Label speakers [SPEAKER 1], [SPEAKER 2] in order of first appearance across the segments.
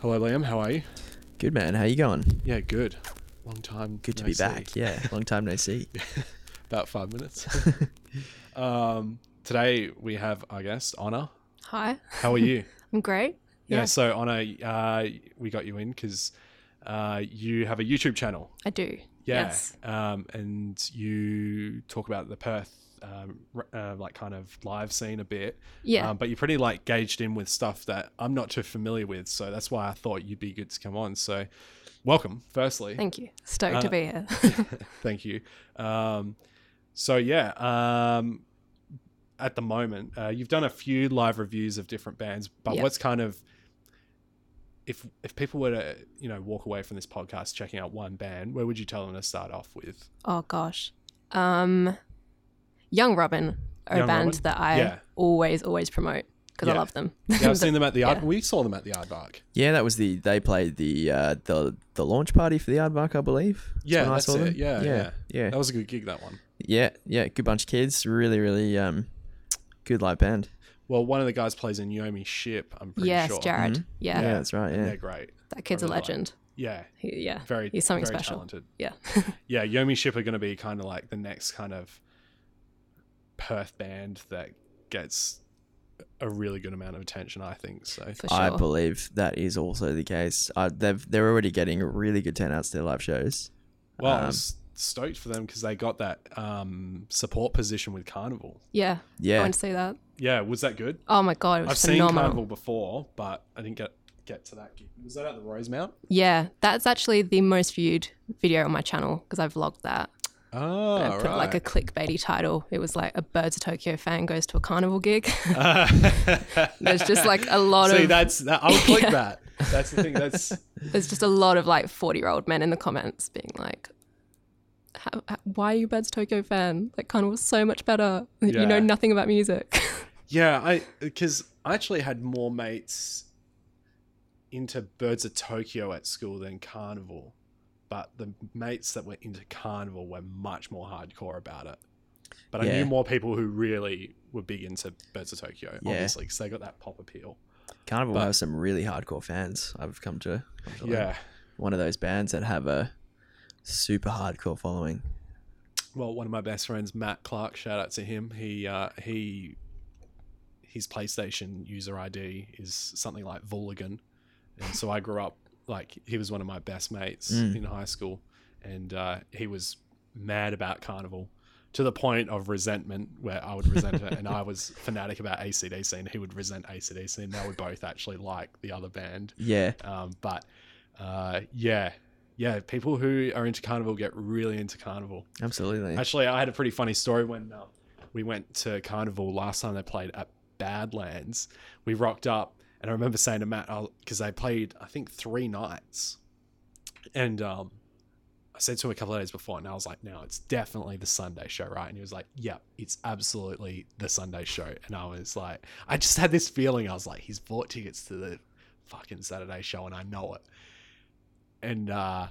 [SPEAKER 1] Hello, Liam. How are you?
[SPEAKER 2] Good man, how you going?
[SPEAKER 1] Yeah, good. Long time.
[SPEAKER 2] Good to
[SPEAKER 1] no
[SPEAKER 2] be
[SPEAKER 1] see.
[SPEAKER 2] back. Yeah, long time no see.
[SPEAKER 1] About five minutes. um, today we have our guest, Honor.
[SPEAKER 3] Hi,
[SPEAKER 1] How are you?
[SPEAKER 3] I'm great.
[SPEAKER 1] yeah.
[SPEAKER 3] Yeah.
[SPEAKER 1] So, Honor, uh, we got you in because uh, you have a YouTube channel.
[SPEAKER 3] I do.
[SPEAKER 1] Yeah.
[SPEAKER 3] Yes.
[SPEAKER 1] Um, and you talk about the Perth. Um, r- uh, like kind of live scene a bit,
[SPEAKER 3] Yeah.
[SPEAKER 1] um, but you're pretty like gauged in with stuff that I'm not too familiar with, so that's why I thought you'd be good to come on. So, welcome, firstly.
[SPEAKER 3] Thank you. Stoked to
[SPEAKER 1] uh,
[SPEAKER 3] be here.
[SPEAKER 1] Thank you. Um, so yeah, um, at the moment, uh, you've done a few live reviews of different bands, but
[SPEAKER 3] Yeah.
[SPEAKER 1] what's kind of if if people were to you know walk away from this podcast checking out one band, where would you tell them to start off with?
[SPEAKER 3] oh gosh. Um, Young Robin are
[SPEAKER 1] Young
[SPEAKER 3] a band
[SPEAKER 1] Robin?
[SPEAKER 3] that I
[SPEAKER 1] Yeah.
[SPEAKER 3] always always promote because I
[SPEAKER 1] Yeah.
[SPEAKER 3] love them.
[SPEAKER 1] Yeah, I've seen them at the yard.
[SPEAKER 3] Yeah.
[SPEAKER 1] We saw them at the Aardvark.
[SPEAKER 2] Yeah, that was the they played the uh the the launch party for the Aardvark, I believe. is
[SPEAKER 1] Yeah,
[SPEAKER 2] when I
[SPEAKER 1] that's
[SPEAKER 2] saw them.
[SPEAKER 1] it. Yeah, yeah,
[SPEAKER 2] yeah, yeah,
[SPEAKER 1] That was a good gig. That one.
[SPEAKER 2] yeah, yeah. Good bunch of kids. Really, really um, good live band.
[SPEAKER 1] Well, one of the guys plays in Yomi Ship. I'm pretty
[SPEAKER 3] yes,
[SPEAKER 1] sure. Mm-hmm.
[SPEAKER 3] Jared.
[SPEAKER 2] Mhm.
[SPEAKER 3] Yeah.
[SPEAKER 2] Yeah, that's right.
[SPEAKER 1] And
[SPEAKER 2] Yeah,
[SPEAKER 1] They're great.
[SPEAKER 3] that kid's
[SPEAKER 1] I
[SPEAKER 3] a
[SPEAKER 1] really like-
[SPEAKER 3] legend.
[SPEAKER 1] Yeah,
[SPEAKER 3] He- yeah,
[SPEAKER 1] very.
[SPEAKER 3] he's something
[SPEAKER 1] very
[SPEAKER 3] special.
[SPEAKER 1] Talented.
[SPEAKER 3] Yeah,
[SPEAKER 1] yeah, Yomi Ship are going to be kind of like the next kind of Perth band that gets a really good amount of attention, I think. So
[SPEAKER 3] for
[SPEAKER 2] I
[SPEAKER 3] sure.
[SPEAKER 2] believe that is also the case. Uh, they've they're already getting really good turnouts to their live shows.
[SPEAKER 1] well, I
[SPEAKER 2] Um,
[SPEAKER 1] was stoked for them because they got that um, support position with Carnival.
[SPEAKER 3] yeah, I
[SPEAKER 2] Yeah,
[SPEAKER 3] went to see that.
[SPEAKER 1] Yeah, was that good?
[SPEAKER 3] Oh my god, it was
[SPEAKER 1] I've seen
[SPEAKER 3] phenomenal.
[SPEAKER 1] Carnival before, but I didn't get get to that gig. Was that at the Rosemount?
[SPEAKER 3] Yeah, that's actually the most viewed video on my channel because I vlogged that.
[SPEAKER 1] Oh,
[SPEAKER 3] I put like a clickbaity title. It was like a Birds of Tokyo fan goes to a carnival gig. There's just like a lot
[SPEAKER 1] See,
[SPEAKER 3] of
[SPEAKER 1] that's that. I'll click that. That's the thing. That's
[SPEAKER 3] there's just a lot of like 40 year old men in the comments being like "How- how- why are you Birds Tokyo fan? That carnival was so much better. You
[SPEAKER 1] Yeah.
[SPEAKER 3] know nothing about music.
[SPEAKER 1] Yeah, I because I actually had more mates into Birds of Tokyo at school than Carnival, but the mates that were into Carnival were much more hardcore about it. But I
[SPEAKER 2] Yeah.
[SPEAKER 1] knew more people who really were big into Birds of Tokyo, obviously,
[SPEAKER 2] Yeah.
[SPEAKER 1] 'cause obviously, because they got that pop appeal.
[SPEAKER 2] Carnival
[SPEAKER 1] but-
[SPEAKER 2] has some really hardcore fans. I've come to, come to learn.
[SPEAKER 1] Yeah.
[SPEAKER 2] one of those bands that have a super hardcore following.
[SPEAKER 1] Well, one of my best friends, Matt Clark, shout out to him. He uh, he his PlayStation user ID is something like Vulligan, and so I grew up like he was one of my best mates
[SPEAKER 2] Mm.
[SPEAKER 1] in high school, and uh, he was mad about Carnival to the point of resentment where I would resent it, and I was fanatic about ACDC, and he would resent ACDC, and now we both actually like the other band.
[SPEAKER 2] Yeah,
[SPEAKER 1] Um, but uh, yeah, yeah, people who are into Carnival get really into Carnival.
[SPEAKER 2] absolutely.
[SPEAKER 1] Actually, I had a pretty funny story when uh, we went to Carnival last time they played at Badlands. We rocked up, and I remember saying to Matt, because they played, I think, three nights. And um, I said to him a couple of days before, and I was like, no, it's definitely the Sunday show, right? And he was like, yeah, it's absolutely the Sunday show. And I was like, I just had this feeling. I was like, he's bought tickets to the fucking Saturday show, and I know it. And, uh,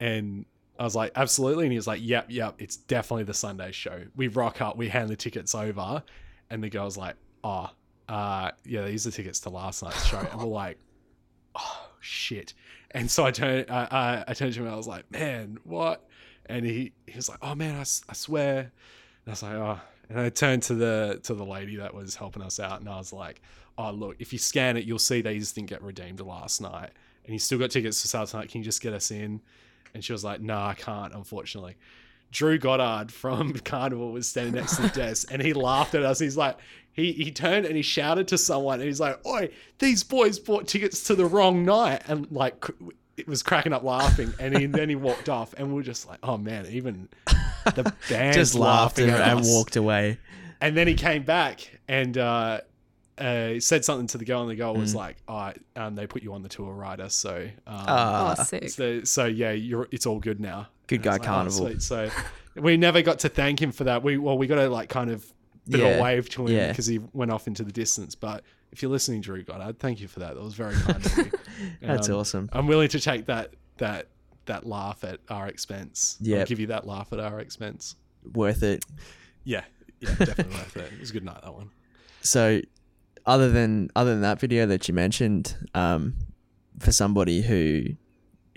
[SPEAKER 1] and I was like, absolutely. And he was like, yep, yep, it's definitely the Sunday show. We rock up, we hand the tickets over. And the girl's like, oh, uh, yeah, these are tickets to last night's show. And we're like, oh, shit. And so I turned, I, I, I turned to him and I was like, man, what? And he, he was like, oh, man, I, s- I swear. And I was like, oh. And I turned to the to the lady that was helping us out, and I was like, "Oh, look! If you scan it, you'll see these didn't get redeemed last night, and you still got tickets for Saturday night. Can you just get us in?" And she was like, "No, I can't, unfortunately." Drew Goddard from Carnival was standing next to the desk, and he laughed at us. He's like, he he turned and he shouted to someone, and he's like, "Oi, these boys bought tickets to the wrong night," and like cr- it was cracking up laughing. And he, then he walked off, and we were just like, "Oh man, even." The band
[SPEAKER 2] just laughed and, and walked away.
[SPEAKER 1] and then he came back and uh, uh, said something to the girl, and the girl
[SPEAKER 2] Hmm.
[SPEAKER 1] was like, "Oh, um, they put you on the tour rider, so um,
[SPEAKER 2] Ah,
[SPEAKER 3] oh, sick.
[SPEAKER 1] so, so yeah, you're it's all good now."
[SPEAKER 2] good
[SPEAKER 1] And I
[SPEAKER 2] guy
[SPEAKER 1] was like, "Oh,
[SPEAKER 2] carnival.
[SPEAKER 1] sweet." So we never got to thank him for that. We well, we got to like kind of bit of
[SPEAKER 2] Yeah.
[SPEAKER 1] a wave to him
[SPEAKER 2] Yeah.
[SPEAKER 1] because he went off into the distance. But if you're listening, Drew Goddard, thank you for that. That was very kind of you.
[SPEAKER 2] That's
[SPEAKER 1] Um,
[SPEAKER 2] awesome.
[SPEAKER 1] I'm willing to take that that that laugh at our expense. I'll
[SPEAKER 2] Yep.
[SPEAKER 1] give you that laugh at our expense.
[SPEAKER 2] Worth it.
[SPEAKER 1] Yeah, yeah, definitely worth it. It was a good night that one.
[SPEAKER 2] So, other than other than that video that you mentioned, um, for somebody who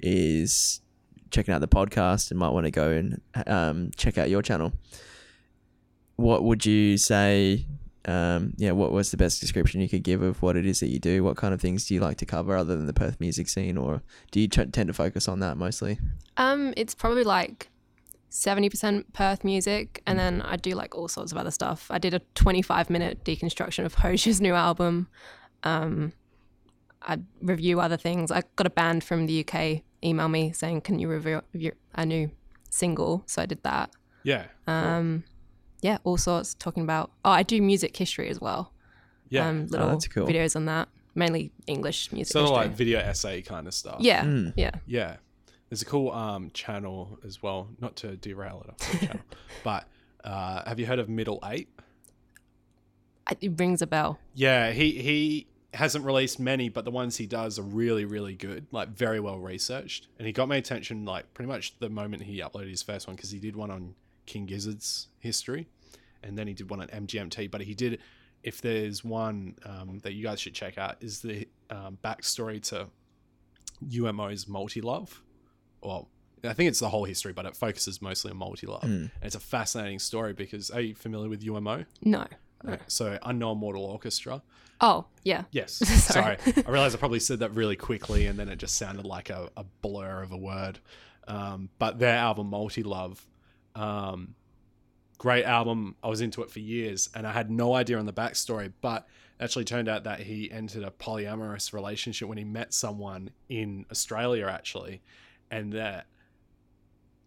[SPEAKER 2] is checking out the podcast and might want to go and um, check out your channel, what would you say? Um, yeah, what was the best description you could give of what it is that you do? What kind of things do you like to cover other than the Perth music scene, or do you t- tend to focus on that mostly?
[SPEAKER 3] Um, it's probably like 70% Perth music, and then I do like all sorts of other stuff. I did a 25 minute deconstruction of Hosier's new album. Um, I review other things. I got a band from the UK email me saying, "Can you review, review a new single?" So I did that.
[SPEAKER 1] Yeah.
[SPEAKER 3] Um, Yeah, all sorts. Talking about oh, I do music history as well.
[SPEAKER 1] yeah. Oh,
[SPEAKER 3] Um, little
[SPEAKER 2] that's cool.
[SPEAKER 3] videos on that, mainly English music
[SPEAKER 1] sort of
[SPEAKER 3] history.
[SPEAKER 1] like video essay kind of stuff.
[SPEAKER 3] yeah, yeah.
[SPEAKER 1] Yeah. There's a cool um, channel as well, not to derail it off the channel, but uh, have you heard of Middle Eight?
[SPEAKER 3] I- It rings a bell.
[SPEAKER 1] Yeah, he he hasn't released many, but the ones he does are really really good, like very well researched. And he got my attention like pretty much the moment he uploaded his first one because he did one on King Gizzard's history, and then he did one on MGMT. But he did, if there's one um, that you guys should check out, is the um, backstory to UMO's multi love. Well, I think it's the whole history, but it focuses mostly on multi love.
[SPEAKER 2] Mm.
[SPEAKER 1] And it's a fascinating story because are you familiar with UMO?
[SPEAKER 3] No.
[SPEAKER 1] No. So Unknown Mortal Orchestra.
[SPEAKER 3] Oh, yeah.
[SPEAKER 1] Yes. Sorry.
[SPEAKER 3] Sorry.
[SPEAKER 1] I realized I probably said that really quickly and then it just sounded like a, a blur of a word. Um, but their album, Multi Love, um, great album. I was into it for years and I had no idea on the backstory, but actually turned out that he entered a polyamorous relationship when he met someone in Australia, actually, and that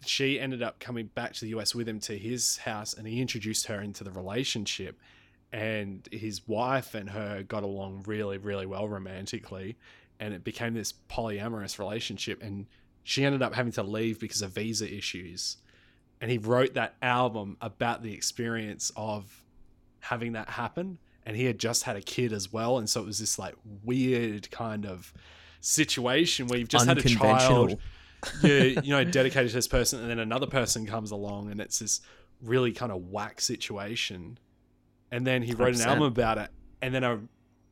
[SPEAKER 1] she ended up coming back to the US with him to his house and he introduced her into the relationship and his wife and her got along really, really well romantically, and it became this polyamorous relationship. And she ended up having to leave because of visa issues. And he wrote that album about the experience of having that happen. And he had just had a kid as well, and so it was this like weird kind of situation where you've just had a child
[SPEAKER 2] Unconventional.
[SPEAKER 1] you you know dedicated to this person and then another person comes along and it's this really kind of whack situation and then he wrote an
[SPEAKER 2] 100%.
[SPEAKER 1] album about it and then i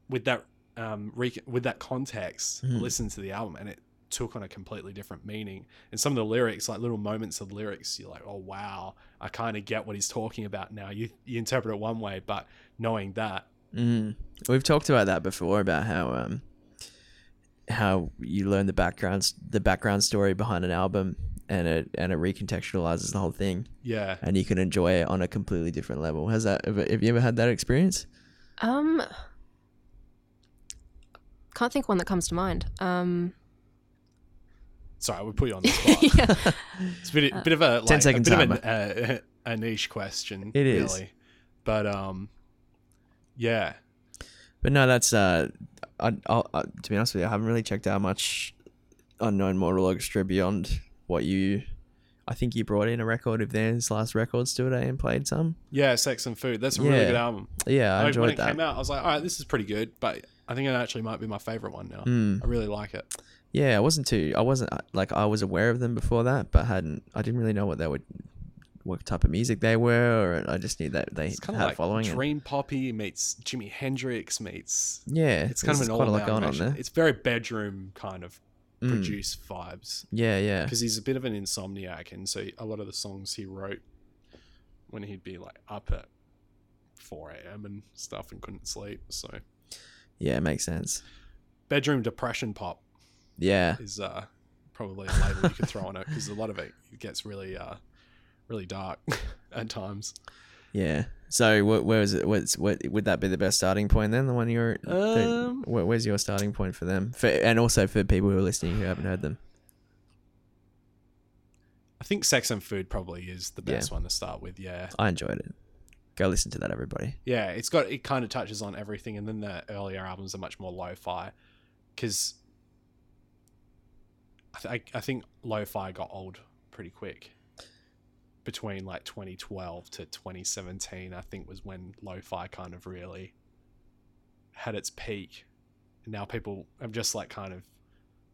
[SPEAKER 1] with that um re- with that context
[SPEAKER 2] Mhm.
[SPEAKER 1] listened to the album and it took on a completely different meaning and some of the lyrics like little moments of lyrics you're like oh wow i kind of get what he's talking about now you you interpret it one way but knowing that
[SPEAKER 2] Mm. We've talked about that before about how um how you learn the background the background story behind an album and it and it recontextualizes the whole thing
[SPEAKER 1] yeah
[SPEAKER 2] and you can enjoy it on a completely different level. Has that have, have you ever had that experience?
[SPEAKER 3] Um, can't think of one that comes to mind. Um,
[SPEAKER 1] sorry we put you on the spot
[SPEAKER 3] yeah.
[SPEAKER 1] It's a bit, bit of a like,
[SPEAKER 2] 10 second
[SPEAKER 1] a bit of an, uh, a niche question.
[SPEAKER 2] It is.
[SPEAKER 1] really. but um, yeah,
[SPEAKER 2] But no, that's uh, I, I, I, to be honest with you, I haven't really checked out much unknown mortal orchestra beyond what you. I think you brought in a record of theirs last records today and played some.
[SPEAKER 1] yeah, sex and food. That's a really
[SPEAKER 2] Yeah.
[SPEAKER 1] good album.
[SPEAKER 2] Yeah, I
[SPEAKER 1] Like,
[SPEAKER 2] enjoyed
[SPEAKER 1] when it
[SPEAKER 2] that.
[SPEAKER 1] came out, I was like, all right, this is pretty good, but I think it actually might be my favorite one now.
[SPEAKER 2] Mm.
[SPEAKER 1] I really like it.
[SPEAKER 2] Yeah, I wasn't too. I wasn't uh, like I was aware of them before that, but hadn't. I didn't really know what they would, what type of music they were, or I just knew that they
[SPEAKER 1] It's
[SPEAKER 2] had
[SPEAKER 1] kind
[SPEAKER 2] a
[SPEAKER 1] of like
[SPEAKER 2] following. and-
[SPEAKER 1] Dream Poppy meets Jimi Hendrix meets.
[SPEAKER 2] yeah,
[SPEAKER 1] It's kind of
[SPEAKER 2] there's
[SPEAKER 1] an
[SPEAKER 2] quite
[SPEAKER 1] all
[SPEAKER 2] a lot going on
[SPEAKER 1] amalgamation.
[SPEAKER 2] there.
[SPEAKER 1] It's very bedroom kind of
[SPEAKER 2] Mm.
[SPEAKER 1] produce vibes
[SPEAKER 2] Yeah, yeah,
[SPEAKER 1] because he's a bit of an insomniac, and so a lot of the songs he wrote when he'd be like up at 4 a.m. and stuff and couldn't sleep. So
[SPEAKER 2] yeah. It makes sense.
[SPEAKER 1] bedroom depression pop
[SPEAKER 2] Yeah,
[SPEAKER 1] is uh, probably a label you could throw on it because a lot of it gets really, uh, really dark at times.
[SPEAKER 2] yeah. So what? Where is it? What's what? Would that be the best starting point then? The one you're. the-
[SPEAKER 1] Um,
[SPEAKER 2] where, where's your starting point for them? For and also for people who are listening who haven't heard them.
[SPEAKER 1] I think Sex and Food probably is the
[SPEAKER 2] Yeah.
[SPEAKER 1] best one to start with. Yeah,
[SPEAKER 2] I enjoyed it. Go listen to that, everybody.
[SPEAKER 1] yeah. It's got it kind of touches on everything, and then the earlier albums are much more lo-fi because. I, th- I think lo-fi got old pretty quick. Between like 2012 to 2017, I think was when lo-fi kind of really had its peak, and now people have just like kind of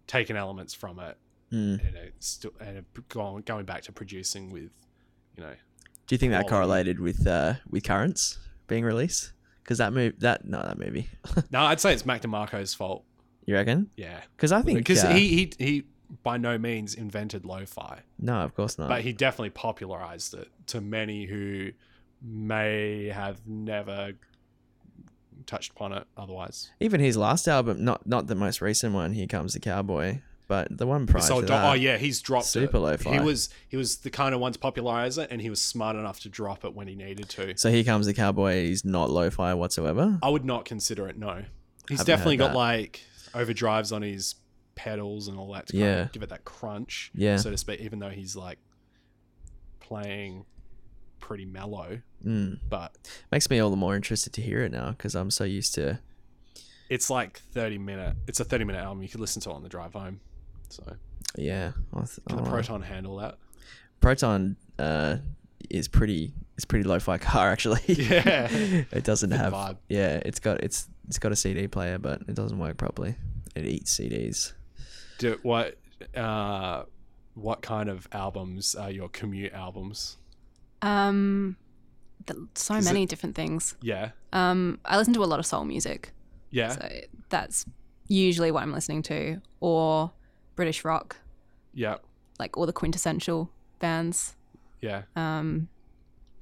[SPEAKER 1] taken elements from it
[SPEAKER 2] Mm.
[SPEAKER 1] and it's still and have gone going back to producing with, you know,
[SPEAKER 2] Do you think that
[SPEAKER 1] Quality.
[SPEAKER 2] correlated with uh with Currents being released? Because that move that no that movie.
[SPEAKER 1] no, I'd say it's Mac DeMarco's fault.
[SPEAKER 2] You reckon?
[SPEAKER 1] Yeah,
[SPEAKER 2] Because I think
[SPEAKER 1] because
[SPEAKER 2] uh,
[SPEAKER 1] he, he he by no means invented lo-fi,
[SPEAKER 2] no, of course not.
[SPEAKER 1] but he definitely popularized it to many who may have never touched upon it otherwise.
[SPEAKER 2] Even his last album, not not the most recent one, Here Comes the Cowboy, but the one prior
[SPEAKER 1] So, do-
[SPEAKER 2] to that.
[SPEAKER 1] oh yeah, he's dropped
[SPEAKER 2] Super
[SPEAKER 1] it.
[SPEAKER 2] lo-fi.
[SPEAKER 1] He was he was the kind of one to popularize it, and he was smart enough to drop it when he needed to.
[SPEAKER 2] So Here Comes the Cowboy is not lo-fi whatsoever.
[SPEAKER 1] I would not consider it. No, he's
[SPEAKER 2] Haven't
[SPEAKER 1] definitely
[SPEAKER 2] heard
[SPEAKER 1] got
[SPEAKER 2] that.
[SPEAKER 1] like overdrives on his pedals and all that to kind
[SPEAKER 2] Yeah.
[SPEAKER 1] of give it that crunch,
[SPEAKER 2] Yeah.
[SPEAKER 1] so to speak. Even though he's like playing pretty mellow,
[SPEAKER 2] Mm.
[SPEAKER 1] but
[SPEAKER 2] Makes me all the more interested to hear it now because I'm so used to.
[SPEAKER 1] it's like thirty minute. It's a thirty minute album. You could listen to it on the drive home. So
[SPEAKER 2] Yeah, I'll th- oh,
[SPEAKER 1] can the
[SPEAKER 2] I'll-
[SPEAKER 1] Proton handle that?
[SPEAKER 2] Proton uh, is pretty. It's pretty lo-fi car actually.
[SPEAKER 1] Yeah.
[SPEAKER 2] it doesn't
[SPEAKER 1] Good
[SPEAKER 2] have.
[SPEAKER 1] vibe.
[SPEAKER 2] Yeah, it's got it's it's got a CD player, but it doesn't work properly. It eats CDs.
[SPEAKER 1] Do what? Uh, what kind of albums are your commute albums?
[SPEAKER 3] Um, th- so
[SPEAKER 1] Is it-
[SPEAKER 3] many different things.
[SPEAKER 1] Yeah,
[SPEAKER 3] Um, I listen to a lot of soul music,
[SPEAKER 1] yeah.
[SPEAKER 3] so that's usually what I'm listening to, or British rock,
[SPEAKER 1] Yeah,
[SPEAKER 3] like all the quintessential bands.
[SPEAKER 1] yeah,
[SPEAKER 3] Um,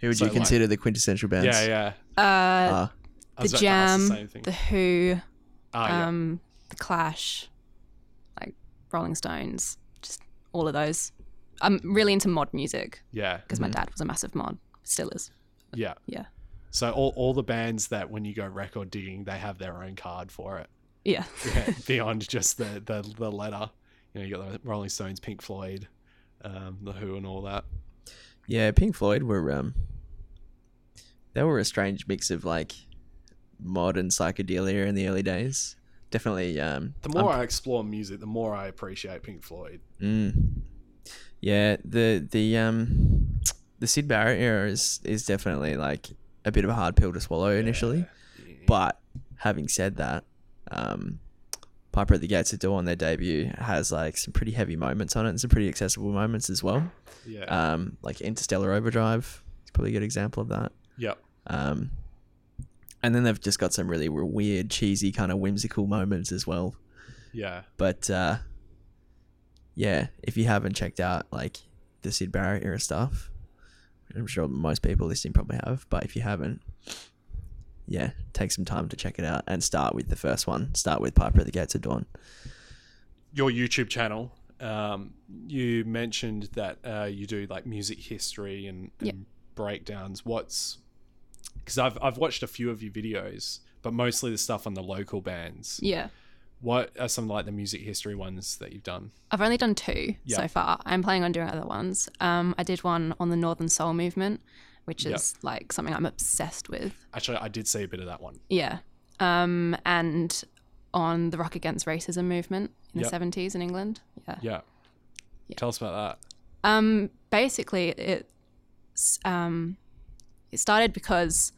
[SPEAKER 2] Who would
[SPEAKER 1] So,
[SPEAKER 2] you
[SPEAKER 1] like-
[SPEAKER 2] consider the quintessential bands?
[SPEAKER 1] yeah, yeah.
[SPEAKER 3] uh,
[SPEAKER 2] Ah,
[SPEAKER 1] I was
[SPEAKER 3] The
[SPEAKER 1] about to ask
[SPEAKER 3] Jam,
[SPEAKER 1] same thing.
[SPEAKER 3] the Who,
[SPEAKER 1] Ah, yeah.
[SPEAKER 3] um, the Clash, like Rolling Stones, just all of those. I'm really into mod music
[SPEAKER 1] yeah,
[SPEAKER 3] because
[SPEAKER 2] Mhm.
[SPEAKER 3] my dad was a massive mod, still is.
[SPEAKER 1] yeah,
[SPEAKER 3] yeah.
[SPEAKER 1] So all, all the bands that when you go record digging, they have their own card for it.
[SPEAKER 3] Yeah.
[SPEAKER 1] Yeah, beyond just the, the the letter, you know, you got the Rolling Stones, Pink Floyd, um, the Who, and all that.
[SPEAKER 2] yeah. Pink Floyd were um, they were a strange mix of like modern psychedelia in the early days. Definitely. Um,
[SPEAKER 1] The
[SPEAKER 2] I'm
[SPEAKER 1] more I explore music, the more I appreciate Pink Floyd.
[SPEAKER 2] Mm. Yeah, the the um the Sid Barrett era is is definitely like a bit of a hard pill to swallow initially.
[SPEAKER 1] Yeah.
[SPEAKER 2] But having said that, um Piper at the Gates of Dawn, their debut, has like some pretty heavy moments on it and some pretty accessible moments as well.
[SPEAKER 1] yeah,
[SPEAKER 2] Um like Interstellar Overdrive is probably a good example of that.
[SPEAKER 1] yeah,
[SPEAKER 2] Um and then they've just got some really weird, cheesy, kind of whimsical moments as well
[SPEAKER 1] yeah,
[SPEAKER 2] but uh yeah if you haven't checked out like the sid barrett era stuff i'm sure most people listening probably have but if you haven't yeah take some time to check it out and start with the first one start with piper at the gates of dawn
[SPEAKER 1] Your YouTube channel. Um, you mentioned that uh, you do like music history and, and
[SPEAKER 3] Yeah.
[SPEAKER 1] breakdowns. What's because I've I've watched a few of your videos, but mostly the stuff on the local bands.
[SPEAKER 3] Yeah.
[SPEAKER 1] What are some like the music history ones that you've done?
[SPEAKER 3] I've only done two
[SPEAKER 1] Yeah.
[SPEAKER 3] so far. I'm planning on doing other ones. Um, I did one on the Northern Soul movement, which
[SPEAKER 1] Yeah.
[SPEAKER 3] is like something I'm obsessed with.
[SPEAKER 1] Actually, I did see a bit of that one.
[SPEAKER 3] Yeah. Um, and on the Rock Against Racism movement in
[SPEAKER 1] Yeah.
[SPEAKER 3] the 70s in England. Yeah.
[SPEAKER 1] Yeah.
[SPEAKER 3] Yeah.
[SPEAKER 1] Tell us about
[SPEAKER 3] Um, basically, it um, it started because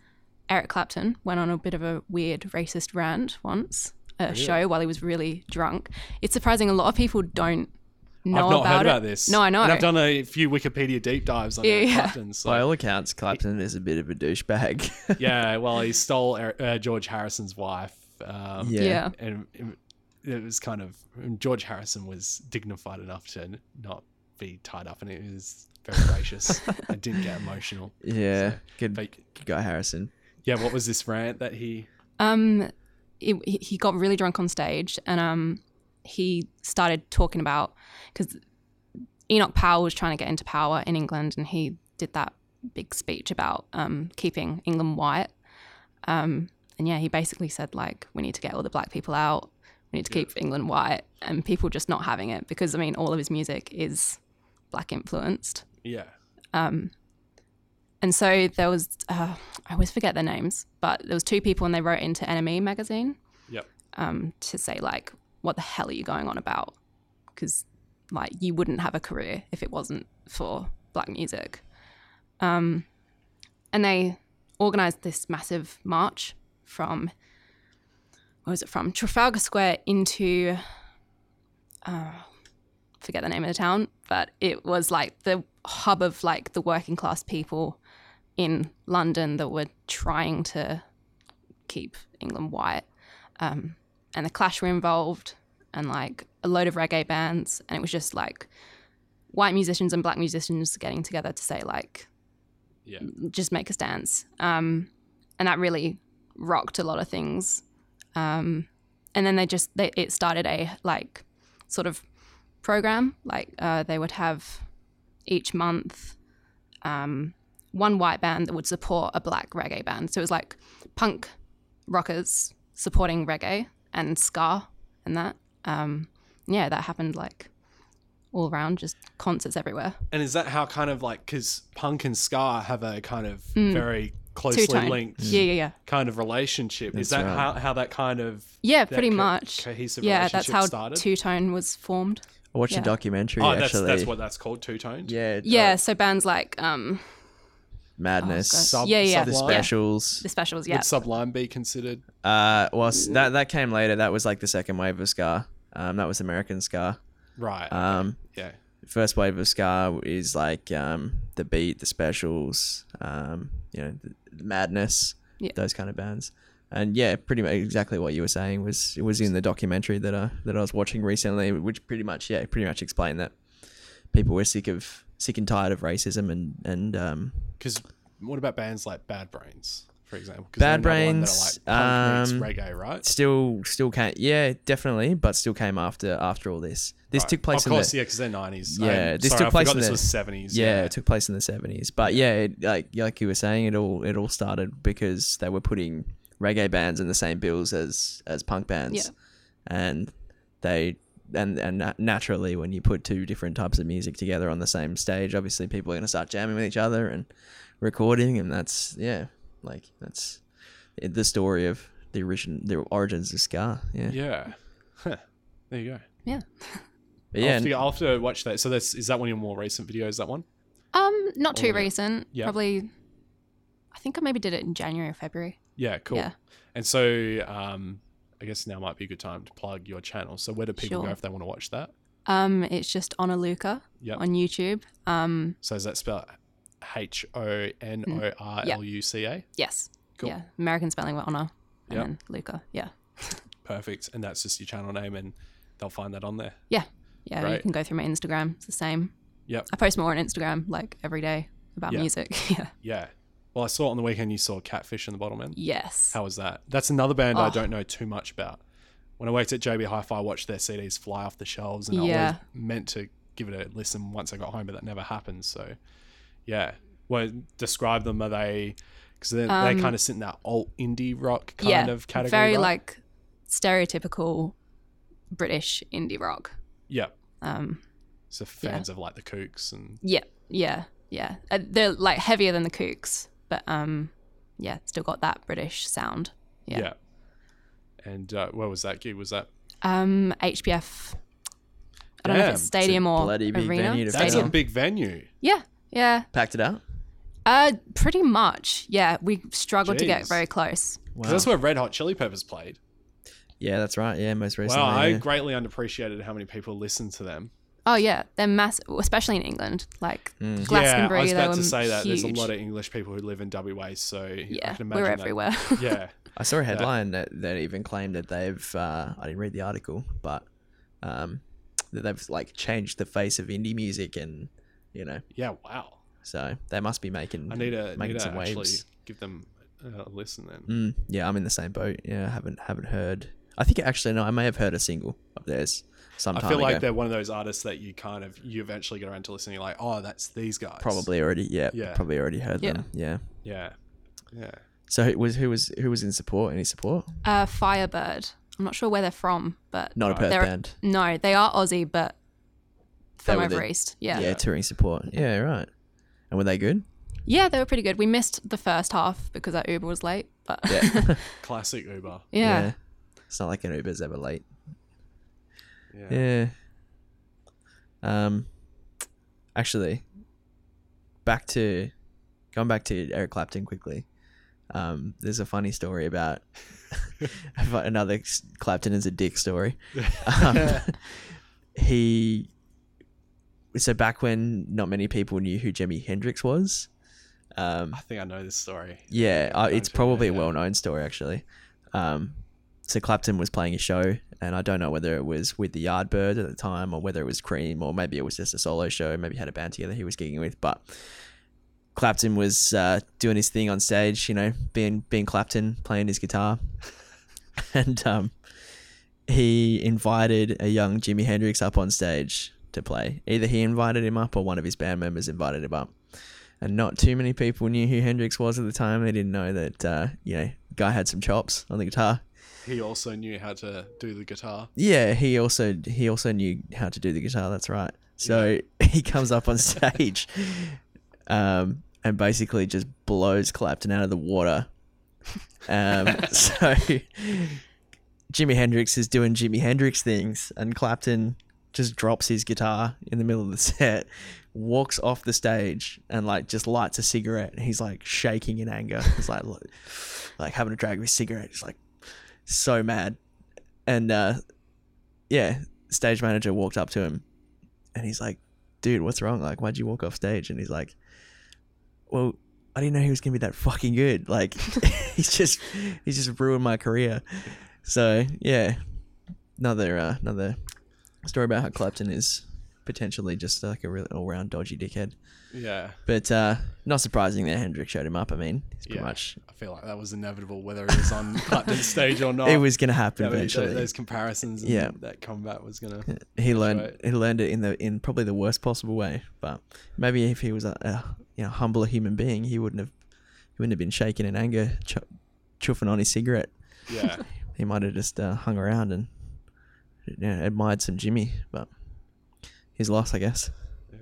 [SPEAKER 3] Eric Clapton went on a bit of a weird racist rant once at a
[SPEAKER 1] Really?
[SPEAKER 3] show while he was really drunk. It's surprising a lot of people don't
[SPEAKER 1] that.
[SPEAKER 3] know
[SPEAKER 1] I've not
[SPEAKER 3] about
[SPEAKER 1] heard
[SPEAKER 3] it.
[SPEAKER 1] about this.
[SPEAKER 3] No, I know.
[SPEAKER 1] And I've done a few Wikipedia deep dives on
[SPEAKER 3] Yeah,
[SPEAKER 1] Eric
[SPEAKER 3] yeah.
[SPEAKER 1] Clapton. So
[SPEAKER 2] by all accounts clapton is a bit of a douchebag
[SPEAKER 1] yeah, well, he stole Eric- uh, George Harrison's wife. Um,
[SPEAKER 2] Yeah.
[SPEAKER 3] yeah.
[SPEAKER 1] and it, it was kind of George Harrison was dignified enough to not be tied up, and it was very gracious. I didn't get emotional.
[SPEAKER 2] yeah good,
[SPEAKER 1] But
[SPEAKER 2] good guy harrison
[SPEAKER 1] yeah, what was this rant that he?
[SPEAKER 3] Um, it, he- he got really drunk on stage, and um, he started talking about because Enoch Powell was trying to get into power in England, and he did that big speech about um, keeping England white. Um, and yeah, he basically said like, we need to get all the black people out. We need to keep England white, and people just not having it because I mean, all of his music is black influenced.
[SPEAKER 1] Yeah,
[SPEAKER 3] Um, and so there was, uh, I always forget their names, but there was two people and they wrote into NME magazine
[SPEAKER 1] Yep.
[SPEAKER 3] um, to say like, what the hell are you going on about? Because like you wouldn't have a career if it wasn't for black music. Um, and they organized this massive march from, where was it from? Trafalgar Square into, uh, forget the name of the town, but it was like the hub of like the working class people in London that were trying to keep England white. Um, and the Clash were involved, and like a load of reggae bands, and it was just like white musicians and black musicians getting together to say like
[SPEAKER 1] Yeah.
[SPEAKER 3] just make us dance. Um, and that really rocked a lot of things. Um, and then they just they, it started a like sort of program. Like uh, they would have each month um, one white band that would support a black reggae band. So it was like punk rockers supporting reggae and ska and that. Um, yeah, that happened like all around, just concerts everywhere.
[SPEAKER 1] And is that how kind of like because punk and ska have a kind of
[SPEAKER 3] Mm.
[SPEAKER 1] very closely
[SPEAKER 3] Two tone.
[SPEAKER 1] linked
[SPEAKER 3] Yeah, yeah, yeah.
[SPEAKER 1] kind of relationship? is
[SPEAKER 2] That's
[SPEAKER 1] that
[SPEAKER 2] right.
[SPEAKER 1] how, how that kind of
[SPEAKER 3] Yeah,
[SPEAKER 1] that
[SPEAKER 3] pretty
[SPEAKER 1] co-
[SPEAKER 3] much.
[SPEAKER 1] cohesive
[SPEAKER 3] yeah,
[SPEAKER 1] relationship
[SPEAKER 3] that's how
[SPEAKER 1] started?
[SPEAKER 3] Two Tone was formed.
[SPEAKER 2] I watched
[SPEAKER 3] Yeah.
[SPEAKER 2] a documentary
[SPEAKER 1] oh, that's
[SPEAKER 2] actually.
[SPEAKER 1] that's what that's called, two toned.
[SPEAKER 2] yeah.
[SPEAKER 1] Oh.
[SPEAKER 2] uh,
[SPEAKER 3] Yeah, so bands like um
[SPEAKER 2] Madness.
[SPEAKER 3] Oh, Yeah, yeah.
[SPEAKER 2] the
[SPEAKER 1] Sublime.
[SPEAKER 2] specials.
[SPEAKER 3] the Specials, yeah,
[SPEAKER 1] Would Sublime be considered?
[SPEAKER 2] Uh, well, s- that that came later. That was like the second wave of ska. Um, that was American ska.
[SPEAKER 1] Right.
[SPEAKER 2] Um,
[SPEAKER 1] yeah.
[SPEAKER 2] first wave of ska is like um, the beat, the specials, um, you know, the, the madness,
[SPEAKER 3] Yeah.
[SPEAKER 2] those kind of bands. And yeah, pretty much exactly what you were saying was it was in the documentary that I that I was watching recently, which pretty much yeah, pretty much explained that people were sick of sick and tired of racism and and um,
[SPEAKER 1] Because what about bands like Bad Brains, for example? 'Cause
[SPEAKER 2] Bad
[SPEAKER 1] they're another one that
[SPEAKER 2] Brains,
[SPEAKER 1] are
[SPEAKER 2] um,
[SPEAKER 1] like punk meets reggae, right?
[SPEAKER 2] still still came yeah definitely, but still came after after all this. This
[SPEAKER 1] Right.
[SPEAKER 2] took place
[SPEAKER 1] of
[SPEAKER 2] in
[SPEAKER 1] course,
[SPEAKER 2] the,
[SPEAKER 1] yeah, because they're nineties.
[SPEAKER 2] Yeah, this
[SPEAKER 1] sorry,
[SPEAKER 2] took
[SPEAKER 1] I
[SPEAKER 2] place
[SPEAKER 1] forgot
[SPEAKER 2] in
[SPEAKER 1] this
[SPEAKER 2] the-
[SPEAKER 1] was seventies.
[SPEAKER 2] yeah, it took place in the seventies. But yeah, it, like like you were saying, it all it all started because they were putting reggae bands in the same bills as as punk bands,
[SPEAKER 3] Yeah.
[SPEAKER 2] and they and and na- naturally when you put two different types of music together on the same stage, obviously people are going to start jamming with each other and recording, and that's yeah, like that's it, the story of the origin the origins of ska. Yeah, yeah.
[SPEAKER 1] yeah. Huh. There you go.
[SPEAKER 2] But
[SPEAKER 1] I'll,
[SPEAKER 2] yeah
[SPEAKER 1] have
[SPEAKER 2] and-
[SPEAKER 1] to, I'll have to watch that. So that's is that one of your more recent videos? That one?
[SPEAKER 3] um, not too
[SPEAKER 1] All of it.
[SPEAKER 3] recent.
[SPEAKER 1] Oh, Yeah.
[SPEAKER 3] Probably, I think I maybe did it in January or February.
[SPEAKER 1] Yeah, cool.
[SPEAKER 3] Yeah.
[SPEAKER 1] And so, um, I guess now might be a good time to plug your channel. So where do people
[SPEAKER 3] Sure.
[SPEAKER 1] go if they want to watch that?
[SPEAKER 3] Um, it's just Onaluka
[SPEAKER 1] Yep.
[SPEAKER 3] on YouTube. Um,
[SPEAKER 1] so is that spelled H O N O R L U C A?
[SPEAKER 3] yes,
[SPEAKER 1] Cool.
[SPEAKER 3] yeah, American spelling with Honor and
[SPEAKER 1] Yeah.
[SPEAKER 3] then Luca. Yeah,
[SPEAKER 1] Perfect. And that's just your channel name, and they'll find that on there.
[SPEAKER 3] yeah. You
[SPEAKER 1] Right.
[SPEAKER 3] can go through my Instagram. It's the same.
[SPEAKER 1] Yep.
[SPEAKER 3] I post more on Instagram like every day about
[SPEAKER 1] Yeah.
[SPEAKER 3] music. yeah.
[SPEAKER 1] Yeah. Well, I saw on the weekend you saw Catfish in the Bottom End.
[SPEAKER 3] Yes.
[SPEAKER 1] How was that? That's another band I
[SPEAKER 3] Oh.
[SPEAKER 1] don't know too much about. When I worked at JB Hi-Fi, I watched their CDs fly off the shelves, and I always
[SPEAKER 3] Yeah.
[SPEAKER 1] meant to give it a listen once I got home, but that never happened. So, yeah. Well, describe them. Are they? Because they
[SPEAKER 3] Um,
[SPEAKER 1] kind of sit in that alt indie rock kind
[SPEAKER 3] yeah,
[SPEAKER 1] of category.
[SPEAKER 3] Very
[SPEAKER 1] right?
[SPEAKER 3] like stereotypical British indie rock.
[SPEAKER 1] yeah.
[SPEAKER 3] Um,
[SPEAKER 1] So fans of like the Kooks and
[SPEAKER 3] Yeah, yeah, yeah. Uh, they're like heavier than the Kooks, but um, yeah, still got that British sound.
[SPEAKER 1] yeah.
[SPEAKER 3] Yeah.
[SPEAKER 1] And uh, where was that gig? Was that
[SPEAKER 3] Um, HBF. I don't know
[SPEAKER 1] Damn,
[SPEAKER 3] if
[SPEAKER 1] it's
[SPEAKER 3] it's
[SPEAKER 1] a
[SPEAKER 3] stadium or
[SPEAKER 2] bloody big venue
[SPEAKER 3] arena.
[SPEAKER 2] to
[SPEAKER 1] that's a
[SPEAKER 3] Stadium.
[SPEAKER 1] big venue.
[SPEAKER 3] yeah, yeah.
[SPEAKER 2] packed it out.
[SPEAKER 3] Uh, pretty much. Yeah, we struggled to get
[SPEAKER 1] Jeez.
[SPEAKER 3] very close.
[SPEAKER 2] Wow.
[SPEAKER 1] 'Cause that's where Red Hot Chili Peppers played.
[SPEAKER 2] yeah, that's right. Yeah, most recently.
[SPEAKER 1] Wow, I
[SPEAKER 2] yeah.
[SPEAKER 1] greatly underappreciated how many people listened to them.
[SPEAKER 3] Oh yeah, they're mass, especially in England. Like
[SPEAKER 2] Mm.
[SPEAKER 3] Glastonbury,
[SPEAKER 1] yeah, I was
[SPEAKER 3] they
[SPEAKER 1] about
[SPEAKER 3] were
[SPEAKER 1] to say that. There's a
[SPEAKER 3] huge.
[SPEAKER 1] lot of English people who live in WA, so I
[SPEAKER 3] yeah,
[SPEAKER 1] can imagine
[SPEAKER 3] we're
[SPEAKER 1] that-
[SPEAKER 3] everywhere.
[SPEAKER 1] yeah,
[SPEAKER 2] I saw a headline that, that even claimed that they've uh, I didn't read the article, but um, that they've like changed the face of indie music and you know
[SPEAKER 1] yeah. Wow.
[SPEAKER 2] so they must be making
[SPEAKER 1] I need to, need
[SPEAKER 2] making
[SPEAKER 1] to
[SPEAKER 2] some
[SPEAKER 1] actually
[SPEAKER 2] waves.
[SPEAKER 1] give them a listen then.
[SPEAKER 2] Mm, yeah, I'm in the same boat. Yeah, I haven't haven't heard. I think actually no, I may have heard a single of theirs
[SPEAKER 1] I
[SPEAKER 2] sometime
[SPEAKER 1] feel like
[SPEAKER 2] ago.
[SPEAKER 1] they're one of those artists that you kind of you eventually get around to listening. Like, oh, that's these guys.
[SPEAKER 2] Probably already yeah,
[SPEAKER 1] Yeah.
[SPEAKER 2] probably already heard
[SPEAKER 3] Yeah.
[SPEAKER 2] them. Yeah.
[SPEAKER 1] Yeah. Yeah.
[SPEAKER 2] So who was who was who was in support? Any support?
[SPEAKER 3] uh, Firebird. I'm not sure where they're from, but
[SPEAKER 2] Not a Perth
[SPEAKER 3] They're-
[SPEAKER 2] band.
[SPEAKER 3] no, they are Aussie, but
[SPEAKER 2] They
[SPEAKER 3] from
[SPEAKER 2] were the-
[SPEAKER 3] over east.
[SPEAKER 2] Yeah.
[SPEAKER 1] Yeah.
[SPEAKER 2] touring support. Yeah, right. And were they good?
[SPEAKER 3] Yeah, they were pretty good. We missed the first half because our Uber was late, but yeah,
[SPEAKER 2] Yeah.
[SPEAKER 1] Classic Uber.
[SPEAKER 2] yeah. It's not like an Uber's ever late.
[SPEAKER 1] Yeah.
[SPEAKER 2] Yeah. Um. Actually, back to going back to Eric Clapton quickly. Um, there's a funny story about about another s- Clapton is a dick story. Um, he so back when not many people knew who Jimi Hendrix was. Um,
[SPEAKER 1] I think I know this story.
[SPEAKER 2] yeah, uh,
[SPEAKER 1] Don't
[SPEAKER 2] it's
[SPEAKER 1] do that,
[SPEAKER 2] probably a
[SPEAKER 1] yeah.
[SPEAKER 2] well-known story actually. Um, so Clapton was playing a show, and I don't know whether it was with the Yardbird at the time or whether it was Cream or maybe it was just a solo show. Maybe had a band together he was gigging with, but Clapton was uh, doing his thing on stage, you know, being being Clapton, playing his guitar, and um, he invited a young Jimi Hendrix up on stage to play. Either he invited him up or one of his band members invited him up. And not too many people knew who Hendrix was at the time. They didn't know that uh, you know guy had some chops on the guitar.
[SPEAKER 1] He also knew how to do the guitar.
[SPEAKER 2] Yeah, he also he also knew how to do the guitar. That's right. So he comes up on stage, um, and basically just blows Clapton out of the water. Um, so Jimi Hendrix is doing Jimi Hendrix things, and Clapton just drops his guitar in the middle of the set, walks off the stage, and like just lights a cigarette. And he's like shaking in anger. He's like, look, like having a drag of his cigarette. He's like so mad, and uh, yeah, stage manager walked up to him, and he's like, "Dude, what's wrong? Like, why'd you walk off stage?" And he's like, "Well." I didn't know he was gonna be that fucking good. Like, he's just, he's just ruined my career. So yeah, another uh, another story about how Clapton is potentially just like a really all round dodgy dickhead.
[SPEAKER 1] Yeah,
[SPEAKER 2] But uh, not surprising that Hendrix showed him up. I mean, it's pretty
[SPEAKER 1] Yeah.
[SPEAKER 2] much
[SPEAKER 1] I feel like that was inevitable, whether it was on Clapton's stage or not.
[SPEAKER 2] it Oh, was gonna happen
[SPEAKER 1] Yeah, but tho-
[SPEAKER 2] eventually.
[SPEAKER 1] those comparisons. And
[SPEAKER 2] Yeah.
[SPEAKER 1] that combat was gonna.
[SPEAKER 2] he learned
[SPEAKER 1] right.
[SPEAKER 2] he learned it in the in probably the worst possible way. But maybe if he was a, a you know humbler human being, he wouldn't have he wouldn't have been shaking in anger, ch- chuffing on his cigarette.
[SPEAKER 1] Yeah,
[SPEAKER 2] He might have just uh, hung around and you know, admired some Jimmy. But his loss, I guess.
[SPEAKER 1] yeah.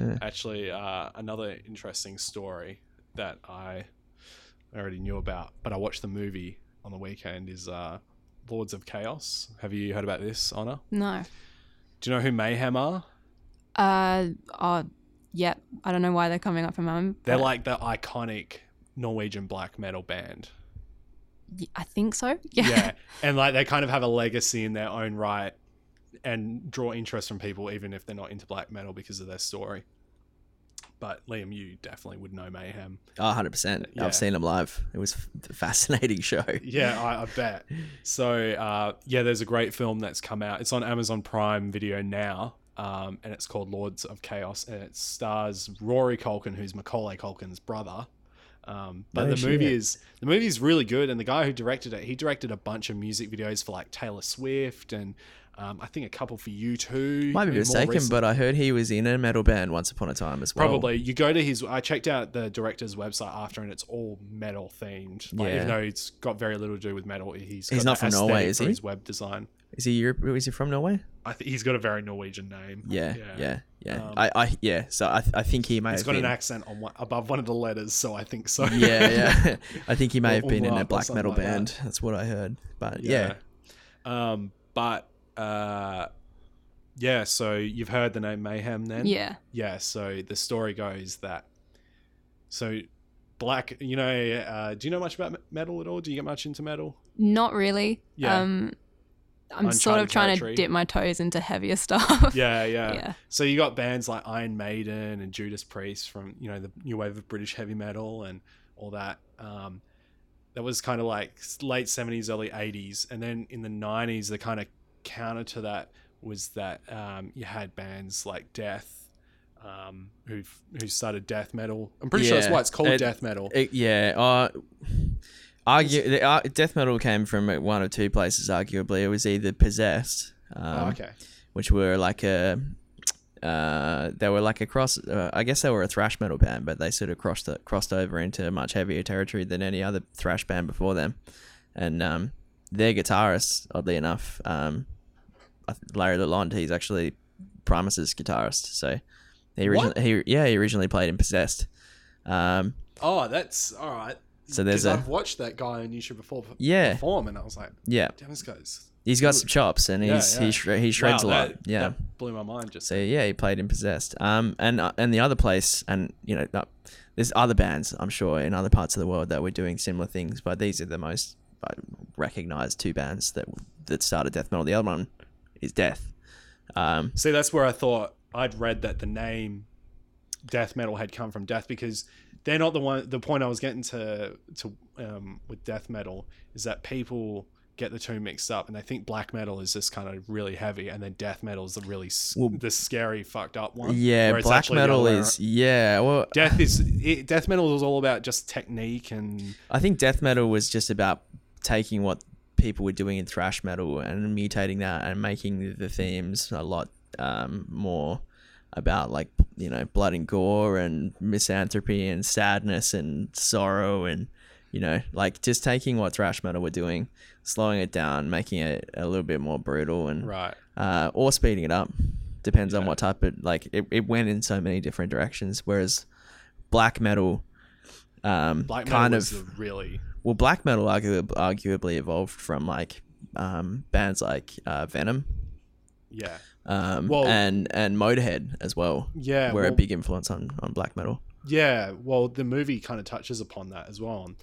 [SPEAKER 2] Yeah.
[SPEAKER 1] actually uh, another interesting story that I already knew about, but I watched the movie on the weekend is uh, Lords of Chaos. Have you heard about this, Honor?
[SPEAKER 3] No.
[SPEAKER 1] Do you know who Mayhem are?
[SPEAKER 3] Uh, oh, yep. I don't know why they're coming up in my mind.
[SPEAKER 2] Uh,
[SPEAKER 1] They're
[SPEAKER 3] but
[SPEAKER 1] like the iconic Norwegian black metal band.
[SPEAKER 3] y- I think so. Yeah.
[SPEAKER 1] yeah and like they kind of have a legacy in their own right and draw interest from people even if they're not into black metal because of their story but liam you definitely would know mayhem
[SPEAKER 2] Oh, 100%.
[SPEAKER 1] Yeah.
[SPEAKER 2] I've seen him live. It was f- a fascinating show.
[SPEAKER 1] yeah i, I bet so uh, yeah there's a great film that's come out it's on amazon prime video now um, and it's called lords of chaos and it stars rory culkin who's macaulay culkin's brother um, but
[SPEAKER 2] No
[SPEAKER 1] the movie
[SPEAKER 2] shit.
[SPEAKER 1] is the movie is really good and the guy who directed it he directed a bunch of music videos for like taylor swift and um, i think a couple for you too
[SPEAKER 2] Might be mistaken, but I heard he was in a metal band once upon a time as well.
[SPEAKER 1] Probably you go to his. I checked out the director's website after, and it's all metal themed. Like,
[SPEAKER 2] Yeah.
[SPEAKER 1] Even though it's got very little to do with metal, he's
[SPEAKER 2] He's
[SPEAKER 1] got
[SPEAKER 2] not
[SPEAKER 1] that
[SPEAKER 2] from
[SPEAKER 1] aesthetic
[SPEAKER 2] Norway, is
[SPEAKER 1] for
[SPEAKER 2] he?
[SPEAKER 1] His web design.
[SPEAKER 2] Is he Europe? Is he from Norway?
[SPEAKER 1] I think he's got a very Norwegian name.
[SPEAKER 2] Yeah, yeah, yeah.
[SPEAKER 1] Um,
[SPEAKER 2] I, I, yeah. So I, I think he may
[SPEAKER 1] He's
[SPEAKER 2] have
[SPEAKER 1] got
[SPEAKER 2] been.
[SPEAKER 1] an accent on one, above one of the letters, so I think so.
[SPEAKER 2] yeah, yeah. I think he may
[SPEAKER 1] Or
[SPEAKER 2] have been in
[SPEAKER 1] Umlaut
[SPEAKER 2] a
[SPEAKER 1] or
[SPEAKER 2] black
[SPEAKER 1] something
[SPEAKER 2] metal
[SPEAKER 1] like that.
[SPEAKER 2] band. That's what I heard. But yeah,
[SPEAKER 1] Yeah. Um, but uh, yeah. So you've heard the name Mayhem, then?
[SPEAKER 3] Yeah.
[SPEAKER 1] Yeah. So the story goes that so black. You know, uh, do you know much about me- metal at all? Do you get much into metal?
[SPEAKER 3] Not really.
[SPEAKER 1] Yeah.
[SPEAKER 3] Um, I'm sort
[SPEAKER 1] Uncharted
[SPEAKER 3] of trying
[SPEAKER 1] territory.
[SPEAKER 3] to dip my toes into heavier stuff.
[SPEAKER 1] Yeah, yeah,
[SPEAKER 3] Yeah.
[SPEAKER 1] So you got bands like Iron Maiden and Judas Priest from you know the new wave of British heavy metal and all that. Um, that was kind of like late seventies, early eighties, and then in the nineties, the kind of counter to that was that um, you had bands like Death, um, who who started death metal. I'm pretty sure that's
[SPEAKER 2] Yeah.
[SPEAKER 1] why it's called
[SPEAKER 2] It-
[SPEAKER 1] death metal.
[SPEAKER 2] It- yeah. Uh, argu- the, uh, death metal came from one of two places. Arguably, it was either possessed. Um,
[SPEAKER 1] oh, okay.
[SPEAKER 2] which were like a uh, they were like a cross. Uh, I guess they were a thrash metal band, but they sort of crossed crossed over into much heavier territory than any other thrash band before them. And um, their guitarist, oddly enough, um, I th- Larry Lalonde, he's actually Primus's guitarist. So he
[SPEAKER 1] What?
[SPEAKER 2] originally, he yeah, he originally played in Possessed. Um,
[SPEAKER 1] Oh, that's all right.
[SPEAKER 2] So there's
[SPEAKER 1] 'Cause
[SPEAKER 2] a-
[SPEAKER 1] I've watched that guy on YouTube before p-
[SPEAKER 2] yeah,
[SPEAKER 1] perform, and I was like,
[SPEAKER 2] yeah,
[SPEAKER 1] damn, this guy's
[SPEAKER 2] he's got some chops, and
[SPEAKER 1] Yeah,
[SPEAKER 2] he's
[SPEAKER 1] yeah.
[SPEAKER 2] he shre- he shreds
[SPEAKER 1] wow,
[SPEAKER 2] a lot.
[SPEAKER 1] that-
[SPEAKER 2] yeah,
[SPEAKER 1] that blew my mind just
[SPEAKER 2] So yeah, he played in Possessed. Um, and uh, and the other place, and you know, uh, there's other bands I'm sure in other parts of the world that were doing similar things, but these are the most uh, recognized two bands that that started death metal. The other one is Death. Um,
[SPEAKER 1] See, that's where I thought I'd read that the name death metal had come from death because they're not the one. The point I was getting to to um, with death metal is that people get the two mixed up, and they think black metal is just kind of really heavy, and then death metal is the really s
[SPEAKER 2] Well-
[SPEAKER 1] the scary fucked up one. where
[SPEAKER 2] yeah,
[SPEAKER 1] it's
[SPEAKER 2] black
[SPEAKER 1] actually the
[SPEAKER 2] metal
[SPEAKER 1] other way
[SPEAKER 2] is yeah. Well,
[SPEAKER 1] ar- death is it, death metal is all about just technique and
[SPEAKER 2] I think death metal was just about taking what people were doing in thrash metal and mutating that and making the themes a lot um, more about like you know blood and gore and misanthropy and sadness and sorrow and you know like just taking what thrash metal were doing slowing it down making it a little bit more brutal and
[SPEAKER 1] right.
[SPEAKER 2] uh, or speeding it up. Depends on
[SPEAKER 1] Yeah.
[SPEAKER 2] what type of like it, it went in so many different directions. Whereas black metal, um,
[SPEAKER 1] Black metal
[SPEAKER 2] kind
[SPEAKER 1] is
[SPEAKER 2] of
[SPEAKER 1] the really
[SPEAKER 2] well, black metal arguably, arguably evolved from like um, bands like uh, Venom
[SPEAKER 1] yeah
[SPEAKER 2] um,
[SPEAKER 1] Well-
[SPEAKER 2] and and Motorhead as well,
[SPEAKER 1] yeah
[SPEAKER 2] were a
[SPEAKER 1] well-
[SPEAKER 2] big influence on on black metal.
[SPEAKER 1] Yeah, well, the movie kind of touches upon that as well. And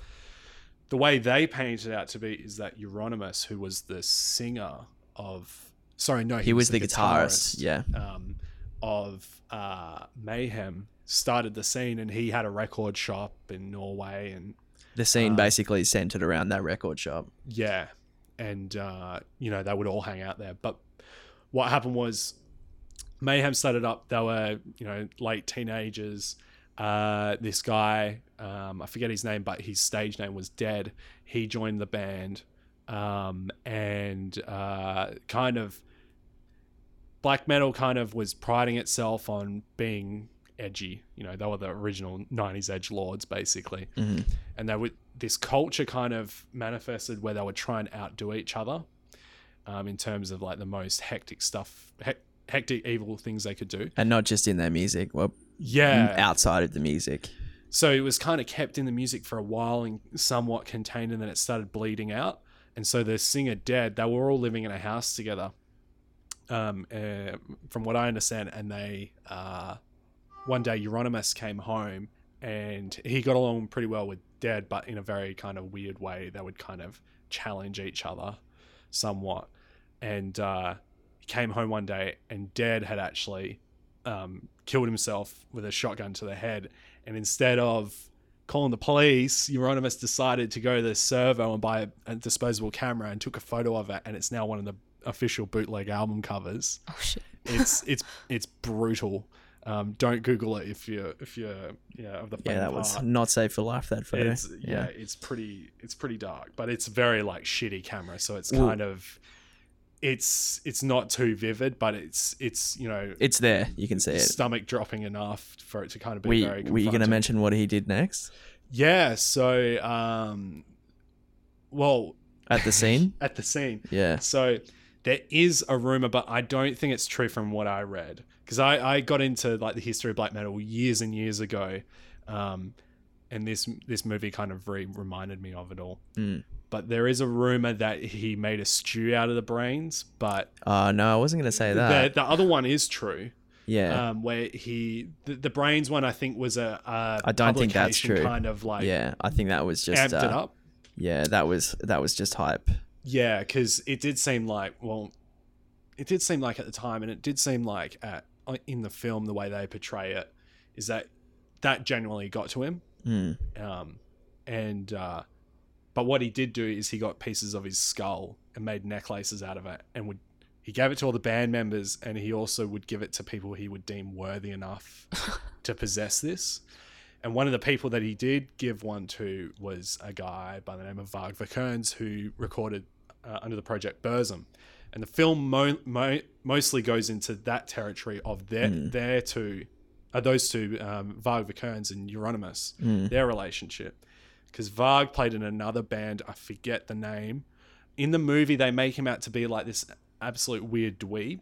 [SPEAKER 1] the way they paint it out to be is that Euronymous, who was the singer of, sorry, no, he,
[SPEAKER 2] He was the guitarist. Yeah,
[SPEAKER 1] um, of uh, Mayhem, started the scene, and he had a record shop in Norway, and
[SPEAKER 2] the scene
[SPEAKER 1] Uh,
[SPEAKER 2] basically centered around that record shop.
[SPEAKER 1] yeah, and uh, you know they would all hang out there. But what happened was Mayhem started up. They were you know late teenagers. Uh, this guy, um, I forget his name, but his stage name was Dead. He joined the band, um, and uh, kind of black metal kind of was priding itself on being edgy. You know, they were the original '90s edge lords, basically
[SPEAKER 2] Mhm.
[SPEAKER 1] and they would this culture kind of manifested where they would try and outdo each other um, in terms of like the most hectic stuff hec hectic evil things they could do
[SPEAKER 2] And not just in their music, well,
[SPEAKER 1] yeah
[SPEAKER 2] outside of the music.
[SPEAKER 1] so it was kind of kept in the music for a while and somewhat contained, and then it started bleeding out. And so the singer dead, they were all living in a house together, um, uh, from what I understand. And they, uh, one day, Euronymous came home and he got along pretty well with dead, but in a very kind of weird way. They would kind of challenge each other somewhat. And uh, he came home one day, and dead had actually um, killed himself with a shotgun to the head and instead of calling the police, Euronymous decided to go to the servo and buy a, a disposable camera and took a photo of it, and it's now one of the official bootleg album covers.
[SPEAKER 3] Oh shit.
[SPEAKER 1] It's it's it's brutal. Um, don't Google it if you're if you're yeah of the
[SPEAKER 2] Yeah,
[SPEAKER 1] faint
[SPEAKER 2] that was
[SPEAKER 1] heart.
[SPEAKER 2] not safe for life. That photo.
[SPEAKER 1] oh. It's, yeah, it's pretty it's pretty dark, but it's very like shitty camera, so it's
[SPEAKER 2] Well-
[SPEAKER 1] kind of it's it's not too vivid, but it's it's you know
[SPEAKER 2] it's there. You can see it.
[SPEAKER 1] stomach dropping enough for it to kind of be
[SPEAKER 2] We
[SPEAKER 1] very.
[SPEAKER 2] were you going to
[SPEAKER 1] confronting.
[SPEAKER 2] mention what he did next
[SPEAKER 1] Yeah, so um well,
[SPEAKER 2] at the scene?
[SPEAKER 1] at the scene.
[SPEAKER 2] yeah.
[SPEAKER 1] So there is a rumor, but I don't think it's true from what I read. Because I, I got into like the history of black metal years and years ago. Um and this this movie kind of re- reminded me of it all.
[SPEAKER 2] Mm.
[SPEAKER 1] But there is a rumor that he made a stew out of the brains, but
[SPEAKER 2] Uh no, I wasn't going to say
[SPEAKER 1] the,
[SPEAKER 2] that.
[SPEAKER 1] the other one is true.
[SPEAKER 2] yeah.
[SPEAKER 1] Um, where he the, the brains one I think was a, a
[SPEAKER 2] I don't think that's
[SPEAKER 1] publication
[SPEAKER 2] true.
[SPEAKER 1] kind of like
[SPEAKER 2] yeah, I think that was
[SPEAKER 1] amped
[SPEAKER 2] just uh,
[SPEAKER 1] it up.
[SPEAKER 2] yeah, that was that was just hype.
[SPEAKER 1] Yeah, because it did seem like well, it did seem like at the time, and it did seem like at uh, in the film the way they portray it is that that genuinely got to him.
[SPEAKER 2] Mm.
[SPEAKER 1] Um, and uh, but what he did do is he got pieces of his skull and made necklaces out of it, and would he gave it to all the band members, and he also would give it to people he would deem worthy enough to possess this. And one of the people that he did give one to was a guy by the name of Varg Vikernes, who recorded uh, under the project Burzum. And the film mo- mo- mostly goes into that territory of their
[SPEAKER 2] Hmm.
[SPEAKER 1] their two, uh, those two, um, Varg Vikernes and Euronymous
[SPEAKER 2] Mm.
[SPEAKER 1] their relationship because Varg played in another band. I forget the name. In the movie, they make him out to be like this absolute weird dweeb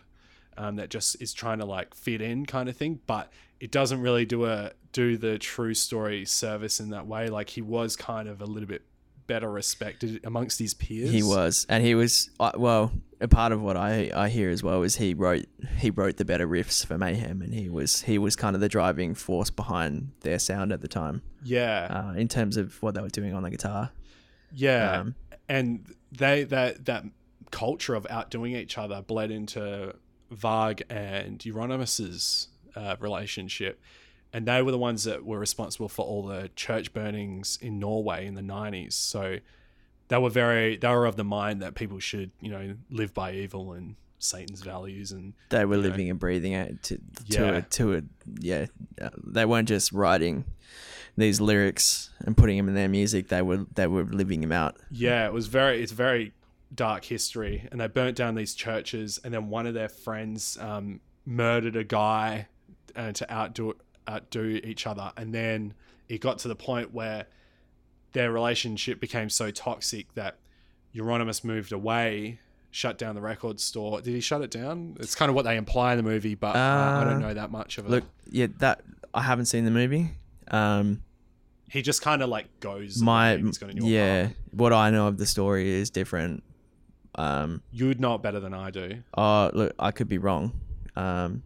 [SPEAKER 1] um, that just is trying to like fit in kind of thing, but it doesn't really do a do the true story service in that way. Like he was kind of a little bit better respected amongst his peers.
[SPEAKER 2] He was and he was uh, well, a part of what I I hear as well is he wrote he wrote the better riffs for Mayhem and he was he was kind of the driving force behind their sound at the time
[SPEAKER 1] yeah,
[SPEAKER 2] uh, in terms of what they were doing on the guitar.
[SPEAKER 1] yeah.
[SPEAKER 2] Um,
[SPEAKER 1] and they that that culture of outdoing each other bled into Varg and Euronymous' uh, relationship, and they were the ones that were responsible for all the church burnings in Norway in the nineties. So they were very they were of the mind that people should you know live by evil and Satan's values and
[SPEAKER 2] They were
[SPEAKER 1] you know.
[SPEAKER 2] living and breathing it to to
[SPEAKER 1] Yeah.
[SPEAKER 2] a, to a, yeah. uh, They weren't just writing these lyrics and putting them in their music. They were they were living them out.
[SPEAKER 1] Yeah, it was very. It's very dark history, and they burnt down these churches, and then one of their friends um, murdered a guy uh, to outdo outdo each other, and then it got to the point where their relationship became so toxic that Euronymous moved away, shut down the record store. Did he shut it down? It's kind of what they imply in the movie, but uh, I don't
[SPEAKER 2] Uh,
[SPEAKER 1] know that much of it.
[SPEAKER 2] Look, yeah, that I haven't seen the movie. Um,
[SPEAKER 1] he just kind of like goes.
[SPEAKER 2] my
[SPEAKER 1] away, he's got a new
[SPEAKER 2] yeah,
[SPEAKER 1] apartment.
[SPEAKER 2] what I know of the story is different. Um,
[SPEAKER 1] you'd know it better than I do.
[SPEAKER 2] oh look, I could be wrong. Um,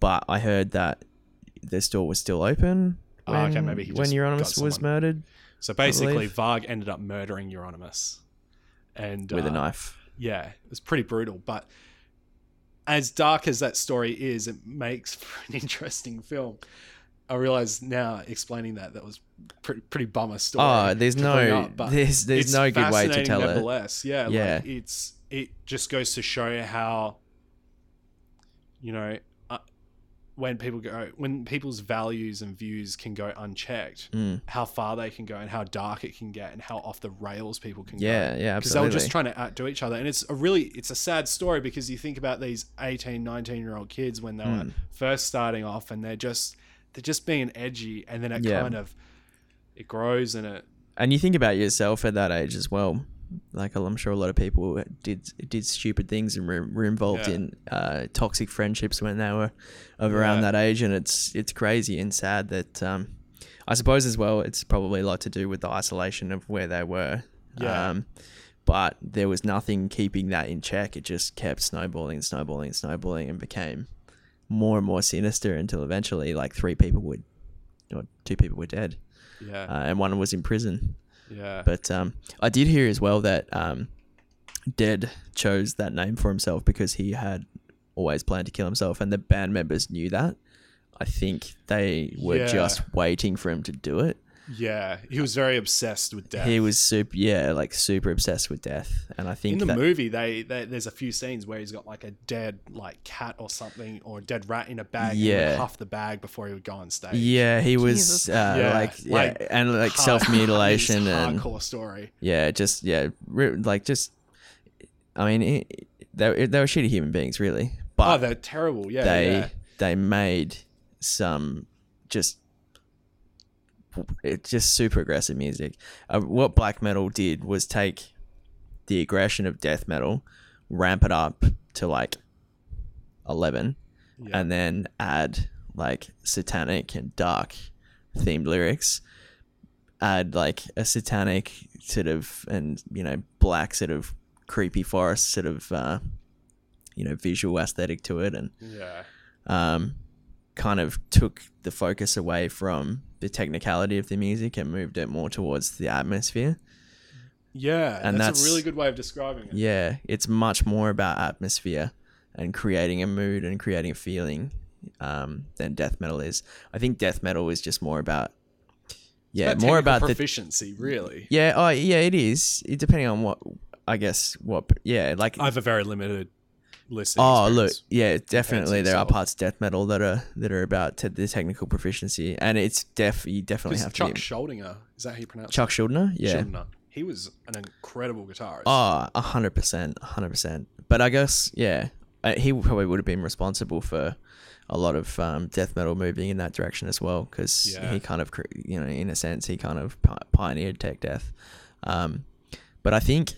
[SPEAKER 2] but I heard that the store was still open.
[SPEAKER 1] Oh,
[SPEAKER 2] When,
[SPEAKER 1] okay, maybe he
[SPEAKER 2] when
[SPEAKER 1] just
[SPEAKER 2] Euronymous
[SPEAKER 1] got
[SPEAKER 2] was
[SPEAKER 1] someone.
[SPEAKER 2] murdered
[SPEAKER 1] So basically,
[SPEAKER 2] believe.
[SPEAKER 1] Varg ended up murdering Euronymous, and
[SPEAKER 2] with a
[SPEAKER 1] uh,
[SPEAKER 2] knife.
[SPEAKER 1] Yeah, it was pretty brutal. But as dark as that story is, it makes for an interesting film. I realize now explaining that that was pretty pretty bummer story.
[SPEAKER 2] Oh, there's
[SPEAKER 1] to bring
[SPEAKER 2] no
[SPEAKER 1] up, but
[SPEAKER 2] there's there's
[SPEAKER 1] it's
[SPEAKER 2] no good way to
[SPEAKER 1] fascinating
[SPEAKER 2] tell it.
[SPEAKER 1] nevertheless. Yeah, like,
[SPEAKER 2] Yeah.
[SPEAKER 1] it's it just goes to show you how you know uh, when people go when people's values and views can go unchecked,
[SPEAKER 2] Mm.
[SPEAKER 1] how far they can go and how dark it can get and how off the rails people can go
[SPEAKER 2] Yeah, yeah,
[SPEAKER 1] because they were
[SPEAKER 2] absolutely.
[SPEAKER 1] just trying to outdo each other and it's a really it's a sad story because you think about these 18 19 year old kids when they were
[SPEAKER 2] Mm.
[SPEAKER 1] first starting off and they're just they're just being edgy and then it
[SPEAKER 2] Yeah.
[SPEAKER 1] kind of it grows and it
[SPEAKER 2] and you think about yourself at that age as well. Like I'm sure a lot of people did did stupid things and were, were involved
[SPEAKER 1] Yeah.
[SPEAKER 2] in uh, toxic friendships when they were of around
[SPEAKER 1] Yeah.
[SPEAKER 2] that age, and it's it's crazy and sad that um, I suppose as well it's probably a lot to do with the isolation of where they were.
[SPEAKER 1] Yeah.
[SPEAKER 2] Um, but there was nothing keeping that in check. It just kept snowballing and snowballing and snowballing and became more and more sinister until eventually, like three people would, or two people were dead,
[SPEAKER 1] yeah
[SPEAKER 2] uh, and one was in prison.
[SPEAKER 1] yeah
[SPEAKER 2] But um, I did hear as well that um, Dead chose that name for himself because he had always planned to kill himself, and the band members knew that. I think they were
[SPEAKER 1] Yeah.
[SPEAKER 2] just waiting for him to do it.
[SPEAKER 1] yeah he was very obsessed with death
[SPEAKER 2] He was super, yeah, like super obsessed with death, and I think
[SPEAKER 1] in the
[SPEAKER 2] that,
[SPEAKER 1] movie they, they there's a few scenes where he's got like a dead like cat or something or a dead rat in a bag and he would
[SPEAKER 2] Yeah.
[SPEAKER 1] huff the bag before he would go on stage
[SPEAKER 2] yeah, he was
[SPEAKER 3] Jesus.
[SPEAKER 2] uh,
[SPEAKER 1] Yeah,
[SPEAKER 2] like, yeah,
[SPEAKER 1] like,
[SPEAKER 2] and like
[SPEAKER 1] Hard-
[SPEAKER 2] self mutilation
[SPEAKER 1] it's
[SPEAKER 2] and
[SPEAKER 1] hardcore story Oh,
[SPEAKER 2] yeah, just yeah, re- like just, I mean, it, they they were shitty human beings, really. But
[SPEAKER 1] oh they're terrible yeah
[SPEAKER 2] they
[SPEAKER 1] yeah.
[SPEAKER 2] they made some just it's just super aggressive music. Uh, what black metal did was take the aggression of death metal, ramp it up to like eleven,
[SPEAKER 1] Yeah.
[SPEAKER 2] and then add like satanic and dark themed lyrics. Add like a satanic sort of and you know black sort of creepy forest sort of uh, you know visual aesthetic to it, and
[SPEAKER 1] yeah
[SPEAKER 2] um, kind of took the focus away from the technicality of the music and moved it more towards the atmosphere.
[SPEAKER 1] Yeah,
[SPEAKER 2] And
[SPEAKER 1] that's,
[SPEAKER 2] that's-
[SPEAKER 1] a really good way of describing it.
[SPEAKER 2] Yeah, it's much more about atmosphere and creating a mood and creating a feeling um, than death metal is. I think death metal is just more about yeah,
[SPEAKER 1] That technical
[SPEAKER 2] more about the
[SPEAKER 1] proficiency, really.
[SPEAKER 2] yeah, oh yeah, it is. It, depending on what I guess what yeah, like
[SPEAKER 1] I have a very limited list.
[SPEAKER 2] Oh look, yeah, definitely there are
[SPEAKER 1] yourself.
[SPEAKER 2] parts of death metal that are that are about te- the technical proficiency, and it's def you definitely have
[SPEAKER 1] Chuck
[SPEAKER 2] to be
[SPEAKER 1] Schuldinger is that how you pronounce
[SPEAKER 2] Chuck Schuldner,
[SPEAKER 1] it?
[SPEAKER 2] yeah.
[SPEAKER 1] Schuldiner. He was an incredible guitarist.
[SPEAKER 2] Ah, a hundred percent, a hundred percent. But I guess yeah, uh, he probably would have been responsible for a lot of um, death metal moving in that direction as well, because
[SPEAKER 1] Yeah.
[SPEAKER 2] he kind of, cre- you know, in a sense, he kind of pi- pioneered tech death. Um, but I think,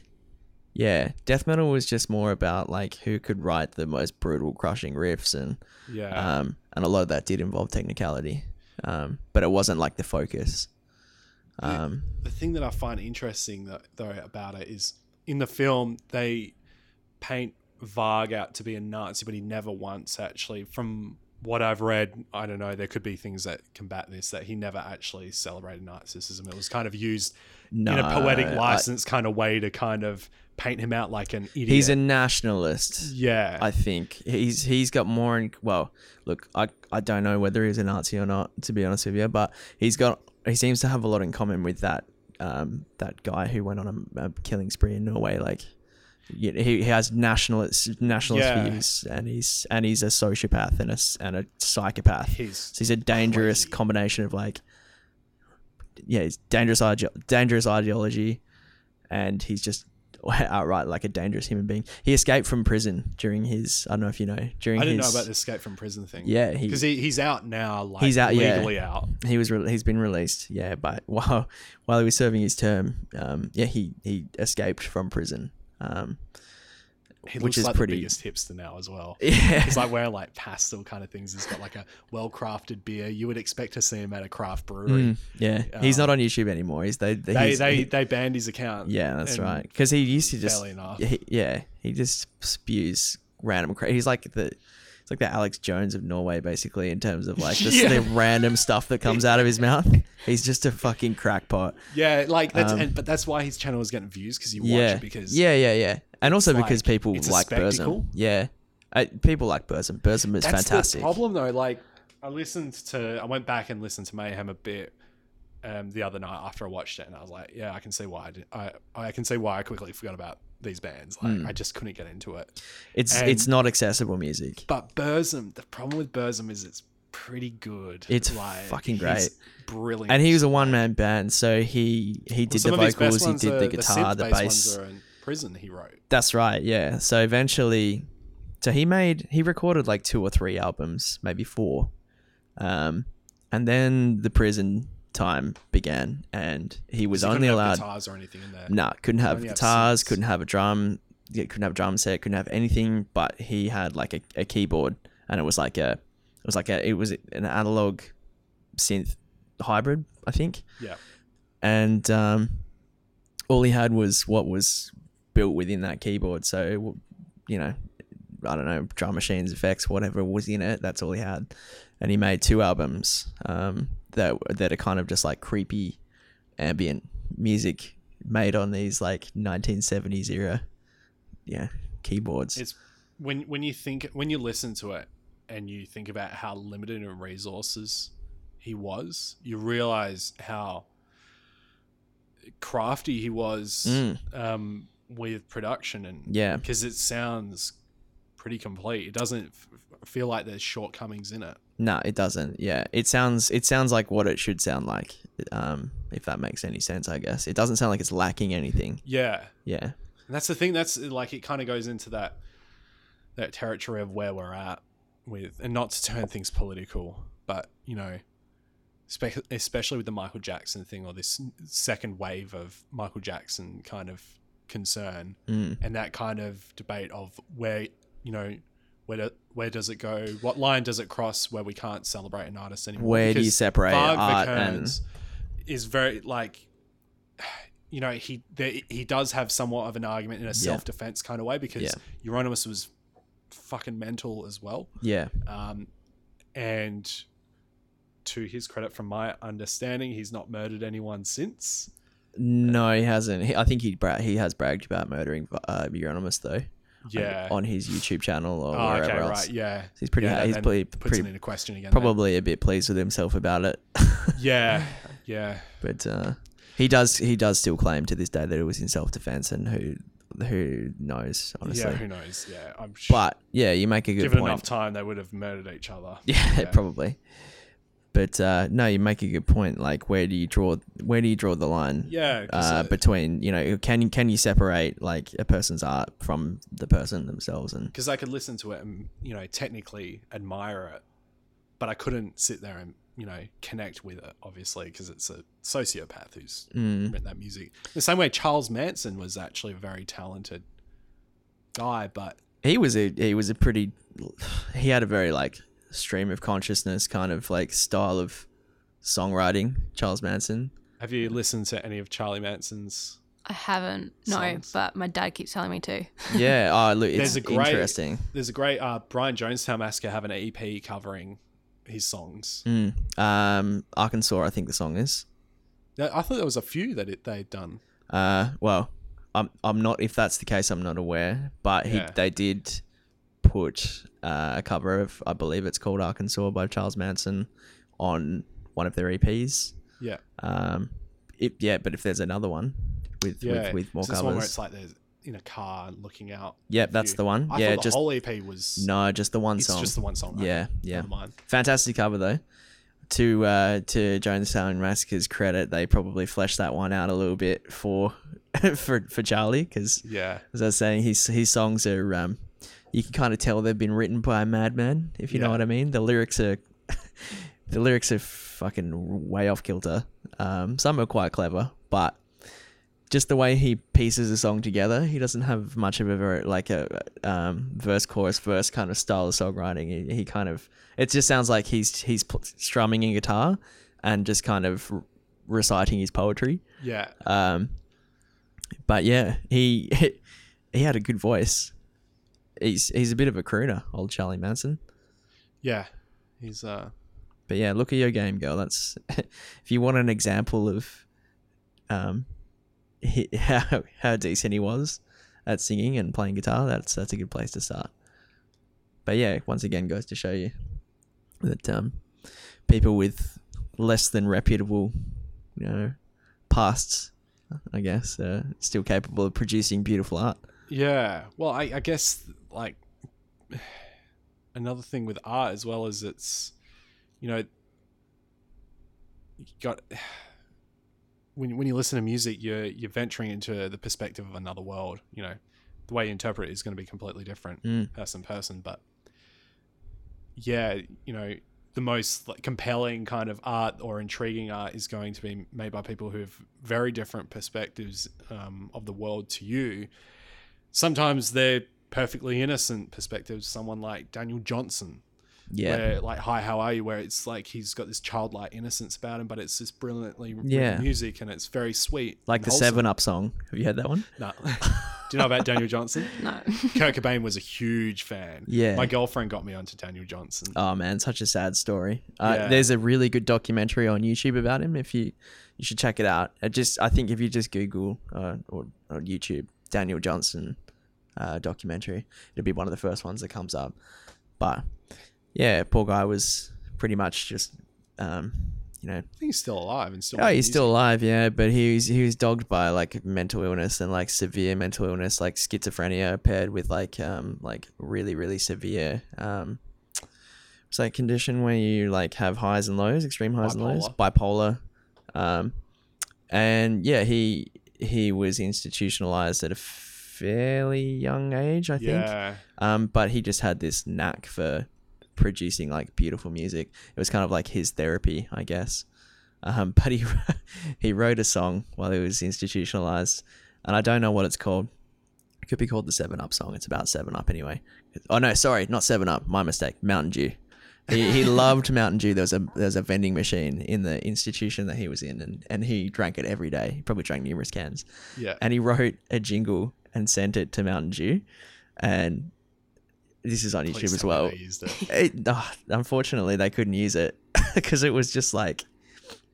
[SPEAKER 2] yeah, death metal was just more about like who could write the most brutal, crushing riffs and
[SPEAKER 1] yeah,
[SPEAKER 2] um, and a lot of that did involve technicality, um, but it wasn't like the focus.
[SPEAKER 1] Yeah.
[SPEAKER 2] Um,
[SPEAKER 1] the thing that I find interesting tho- though about it is in the film they paint Varg out to be a Nazi, but he never once actually, from what I've read, I don't know. There could be things that combat this that he never actually celebrated Nazism. It was kind of used
[SPEAKER 2] no,
[SPEAKER 1] in a poetic
[SPEAKER 2] I-
[SPEAKER 1] license kind of way to kind of paint him out like an idiot.
[SPEAKER 2] he's a nationalist.
[SPEAKER 1] yeah,
[SPEAKER 2] I think he's he's got more in well. Look, I I don't know whether he's a Nazi or not, to be honest with you, but he's got he seems to have a lot in common with that um, that guy who went on a, a killing spree in Norway. Like, you know, he, he has nationalist nationalist
[SPEAKER 1] Yeah.
[SPEAKER 2] views, and he's and he's a sociopath and a s- and a psychopath.
[SPEAKER 1] He's
[SPEAKER 2] So he's a dangerous
[SPEAKER 1] Crazy.
[SPEAKER 2] combination of like, yeah, he's dangerous ide- dangerous ideology, and he's just outright like a dangerous human being. He escaped from prison during his I don't know if you know during
[SPEAKER 1] I didn't know
[SPEAKER 2] his
[SPEAKER 1] about the escape from prison thing.
[SPEAKER 2] yeah he
[SPEAKER 1] because he, he's out now. Like
[SPEAKER 2] He's out, yeah.
[SPEAKER 1] legally out.
[SPEAKER 2] he was re- he's been released yeah but while while he was serving his term um yeah he he escaped from prison um
[SPEAKER 1] He
[SPEAKER 2] Which
[SPEAKER 1] looks
[SPEAKER 2] is
[SPEAKER 1] like
[SPEAKER 2] pretty-
[SPEAKER 1] the biggest hipster now as well.
[SPEAKER 2] yeah
[SPEAKER 1] He's like wearing like pastel kind of things. He's got like a well crafted beer. You would expect to see him at a craft brewery.
[SPEAKER 2] Mm, yeah he's not on youtube anymore he's they, they,
[SPEAKER 1] They
[SPEAKER 2] he's-
[SPEAKER 1] they
[SPEAKER 2] he-
[SPEAKER 1] they banned his account.
[SPEAKER 2] yeah that's
[SPEAKER 1] and
[SPEAKER 2] right because he used to just
[SPEAKER 1] Fairly enough.
[SPEAKER 2] yeah he, yeah he just spews random cra- he's like the he's like the alex jones of norway basically in terms of like just
[SPEAKER 1] Yeah.
[SPEAKER 2] the random stuff that comes out of his mouth he's just a fucking crackpot
[SPEAKER 1] Yeah, like that's
[SPEAKER 2] Um,
[SPEAKER 1] and, but that's why his channel is getting views because you watch
[SPEAKER 2] yeah.
[SPEAKER 1] it because
[SPEAKER 2] yeah, yeah, yeah, and also
[SPEAKER 1] like-
[SPEAKER 2] because people
[SPEAKER 1] it's a
[SPEAKER 2] like Burzum.
[SPEAKER 1] spectacle.
[SPEAKER 2] Yeah, I, people like Burzum. Burzum is
[SPEAKER 1] that's
[SPEAKER 2] fantastic.
[SPEAKER 1] the problem though. Like I listened to I went back and listened to Mayhem a bit um, the other night after I watched it and I was like, yeah, I can see why I did, I I can see why I quickly forgot about these bands. Like
[SPEAKER 2] Hmm.
[SPEAKER 1] I just couldn't get into it.
[SPEAKER 2] It's
[SPEAKER 1] and-
[SPEAKER 2] it's not accessible music.
[SPEAKER 1] But Burzum, the problem with Burzum is it's pretty good.
[SPEAKER 2] It's fucking
[SPEAKER 1] he's
[SPEAKER 2] great.
[SPEAKER 1] brilliant.
[SPEAKER 2] And he was a one man band, so he he
[SPEAKER 1] Well,
[SPEAKER 2] did
[SPEAKER 1] some
[SPEAKER 2] the
[SPEAKER 1] of his best
[SPEAKER 2] vocals, he
[SPEAKER 1] ones
[SPEAKER 2] did
[SPEAKER 1] are-
[SPEAKER 2] the guitar,
[SPEAKER 1] synth
[SPEAKER 2] the
[SPEAKER 1] based
[SPEAKER 2] bass.
[SPEAKER 1] ones are in prison. He wrote.
[SPEAKER 2] That's right, yeah. So eventually, so he made he recorded like two or three albums, maybe four, um, and then the prison time began, and he was
[SPEAKER 1] He couldn't
[SPEAKER 2] only
[SPEAKER 1] have
[SPEAKER 2] allowed
[SPEAKER 1] guitars or anything in there.
[SPEAKER 2] Nah, couldn't have
[SPEAKER 1] only have
[SPEAKER 2] guitars,
[SPEAKER 1] synths.
[SPEAKER 2] couldn't have a drum, yeah, couldn't have a drum set, couldn't have anything. But he had like a, a keyboard, and it was like a, it was like a, it was an analog synth hybrid, I think.
[SPEAKER 1] Yeah.
[SPEAKER 2] And um, all he had was what was built within that keyboard. So, you know, I don't know, drum machines, effects, whatever was in it. That's all he had, and he made two albums um, that that are kind of just like creepy ambient music made on these like 1970s era, yeah, keyboards.
[SPEAKER 1] it's when when you think when you listen to it and you think about how limited in resources he was, you realize how crafty he was
[SPEAKER 2] Mm,
[SPEAKER 1] um, with production and
[SPEAKER 2] yeah,
[SPEAKER 1] because it sounds pretty complete. It doesn't f- f- feel like there's shortcomings in it.
[SPEAKER 2] no, it doesn't. Yeah, it sounds it sounds like what it should sound like. Um, if that makes any sense, I guess it doesn't sound like it's lacking anything.
[SPEAKER 1] Yeah,
[SPEAKER 2] Yeah,
[SPEAKER 1] And that's the thing. That's like it kind of goes into that that territory of where we're at with, and not to turn things political, but you know, spe- especially with the Michael Jackson thing or this second wave of Michael Jackson kind of concern
[SPEAKER 2] mm,
[SPEAKER 1] and that kind of debate of where you know where do, where does it go? What line does it cross where we can't celebrate an artist anymore?
[SPEAKER 2] where do you
[SPEAKER 1] Because-
[SPEAKER 2] separate
[SPEAKER 1] Varg
[SPEAKER 2] art Uh, and
[SPEAKER 1] Vikernes is very like you know he there, he does have somewhat of an argument in a self defense kind of way because
[SPEAKER 2] Yeah.
[SPEAKER 1] Euronymous was fucking mental as well,
[SPEAKER 2] yeah,
[SPEAKER 1] um, and to his credit, from my understanding, he's not murdered anyone since.
[SPEAKER 2] No, he hasn't. He, I think he bra- he has bragged about murdering uh, Euronymous though.
[SPEAKER 1] Yeah.
[SPEAKER 2] on his YouTube channel or
[SPEAKER 1] oh,
[SPEAKER 2] wherever
[SPEAKER 1] okay,
[SPEAKER 2] else.
[SPEAKER 1] right. Yeah.
[SPEAKER 2] He's pretty.
[SPEAKER 1] Yeah, that
[SPEAKER 2] he's
[SPEAKER 1] then
[SPEAKER 2] pretty,
[SPEAKER 1] Puts
[SPEAKER 2] pretty
[SPEAKER 1] it into question again. then.
[SPEAKER 2] probably a bit pleased with himself about it.
[SPEAKER 1] Yeah. Yeah.
[SPEAKER 2] but uh, he does he does still claim to this day that it was in self defense, and who who knows honestly.
[SPEAKER 1] Yeah. Who knows? Yeah. I'm sure.
[SPEAKER 2] but yeah, you make a good
[SPEAKER 1] given
[SPEAKER 2] point.
[SPEAKER 1] enough time, they would have murdered each other.
[SPEAKER 2] Yeah, probably. But uh, no, you make a good point. Like, where do you draw where do you draw the line?
[SPEAKER 1] Yeah. 'cause,
[SPEAKER 2] Uh,
[SPEAKER 1] uh,
[SPEAKER 2] between you know, can you can you separate like a person's art from the person themselves? And
[SPEAKER 1] because I could listen to it and you know technically admire it, but I couldn't sit there and you know connect with it obviously because it's a sociopath who's
[SPEAKER 2] Mm,
[SPEAKER 1] written that music. The same way Charles Manson was actually a very talented guy, but
[SPEAKER 2] he was a he was a pretty he had a very like stream of consciousness kind of like style of songwriting. Charles Manson.
[SPEAKER 1] have you listened to any of Charlie Manson's?
[SPEAKER 3] I haven't. No,
[SPEAKER 1] Songs.
[SPEAKER 3] but my dad keeps telling me to.
[SPEAKER 2] Yeah. Oh, look, it's
[SPEAKER 1] There's a great-
[SPEAKER 2] interesting.
[SPEAKER 1] There's a great uh, Brian Jonestown Massacre have an EP covering his songs.
[SPEAKER 2] Mm. Um, Arkansas, I think the song is.
[SPEAKER 1] Now, I thought there was a few that it, they'd done.
[SPEAKER 2] Uh, well, I'm I'm not. If that's the case, I'm not aware. But he,
[SPEAKER 1] Yeah.
[SPEAKER 2] they did put uh, a cover of, I believe it's called Arkansas by Charles Manson, on one of their EPs.
[SPEAKER 1] Yeah.
[SPEAKER 2] E Um, if yeah, but if there's another one with
[SPEAKER 1] Yeah,
[SPEAKER 2] with, with more
[SPEAKER 1] Is this the one where
[SPEAKER 2] covers,
[SPEAKER 1] it's like they're in a car and looking out.
[SPEAKER 2] yep, that's
[SPEAKER 1] view?
[SPEAKER 2] the one.
[SPEAKER 1] I
[SPEAKER 2] yeah,
[SPEAKER 1] thought the
[SPEAKER 2] just
[SPEAKER 1] whole EP was
[SPEAKER 2] no, just the one
[SPEAKER 1] It's
[SPEAKER 2] song.
[SPEAKER 1] just the one song. okay,
[SPEAKER 2] yeah, yeah.
[SPEAKER 1] never mind.
[SPEAKER 2] Fantastic cover though. To uh, to Jonestown Massacre's credit, they probably fleshed that one out a little bit for for for Charlie because
[SPEAKER 1] Yeah,
[SPEAKER 2] as I was saying, his his songs are um, you can kind of tell they've been written by a madman if you know
[SPEAKER 1] Yeah.
[SPEAKER 2] what I mean. The lyrics are the lyrics are fucking way off kilter. Um, some are quite clever, but just the way he pieces a song together, he doesn't have much of a ver- like a um, verse chorus verse kind of style of songwriting. He, he kind of it just sounds like he's he's pl- strumming a guitar and just kind of r- reciting his poetry.
[SPEAKER 1] yeah.
[SPEAKER 2] Um, but yeah, he, he had a good voice. He's he's a bit of a crooner, old Charlie Manson.
[SPEAKER 1] Yeah, he's uh,
[SPEAKER 2] But yeah, look at your game, girl. That's if you want an example of um he, how how decent he was at singing and playing guitar. That's that's a good place to start. But yeah, once again, goes to show you that um people with less than reputable, you know, pasts, I guess, are still capable of producing beautiful art.
[SPEAKER 1] yeah. Well, I, I guess like another thing with art as well is it's, you know, you got when when you listen to music, you're you're venturing into the perspective of another world. You know, the way you interpret it is going to be completely different
[SPEAKER 2] Mm.
[SPEAKER 1] person to person, but yeah, you know, the most like, compelling kind of art or intriguing art is going to be made by people who have very different perspectives um, of the world to you. Sometimes they're perfectly innocent perspectives. Someone like Daniel Johnson,
[SPEAKER 2] Yeah.
[SPEAKER 1] where like "Hi, how are you?" where it's like he's got this childlike innocence about him, but it's just brilliantly written
[SPEAKER 2] Yeah.
[SPEAKER 1] music and it's very sweet.
[SPEAKER 2] like
[SPEAKER 1] and
[SPEAKER 2] the
[SPEAKER 1] wholesome.
[SPEAKER 2] Seven Up song. Have you heard that one?
[SPEAKER 1] No. Do you know about Daniel Johnson?
[SPEAKER 3] No.
[SPEAKER 1] Kurt Cobain was a huge fan.
[SPEAKER 2] Yeah.
[SPEAKER 1] My girlfriend got me onto Daniel Johnson.
[SPEAKER 2] Oh man, such a sad story. Uh,
[SPEAKER 1] Yeah.
[SPEAKER 2] There's a really good documentary on YouTube about him. If you you should check it out. It just I think if you just Google uh, or on YouTube Daniel Johnson uh, documentary, it'll be one of the first ones that comes up. But yeah, poor guy was pretty much just um, you know
[SPEAKER 1] I think he's still alive and still.
[SPEAKER 2] Oh,
[SPEAKER 1] making
[SPEAKER 2] he's
[SPEAKER 1] music.
[SPEAKER 2] still alive, yeah, but he was he was dogged by like mental illness and like severe mental illness, like schizophrenia paired with like um like really really severe um it's like condition where you like have highs and lows, extreme highs and lows, bipolar. Um and yeah, he he was institutionalized at a fairly young age, I think.
[SPEAKER 1] Yeah,
[SPEAKER 2] Um, but he just had this knack for producing like beautiful music. It was kind of like his therapy, I guess. Um, but he he wrote a song while he was institutionalized, and I don't know what it's called. It could be called the Seven Up song. It's about Seven Up anyway. Oh no, sorry, not Seven Up. My mistake. Mountain Dew. He, he loved Mountain Dew. There was a there was a vending machine in the institution that he was in, and, and he drank it every day. He probably drank numerous cans
[SPEAKER 1] yeah.
[SPEAKER 2] and he wrote a jingle and sent it to Mountain Dew, and this is on
[SPEAKER 1] Please
[SPEAKER 2] YouTube as
[SPEAKER 1] tell me
[SPEAKER 2] well.
[SPEAKER 1] they used it.
[SPEAKER 2] It- ah, unfortunately, they couldn't use it because it was just like,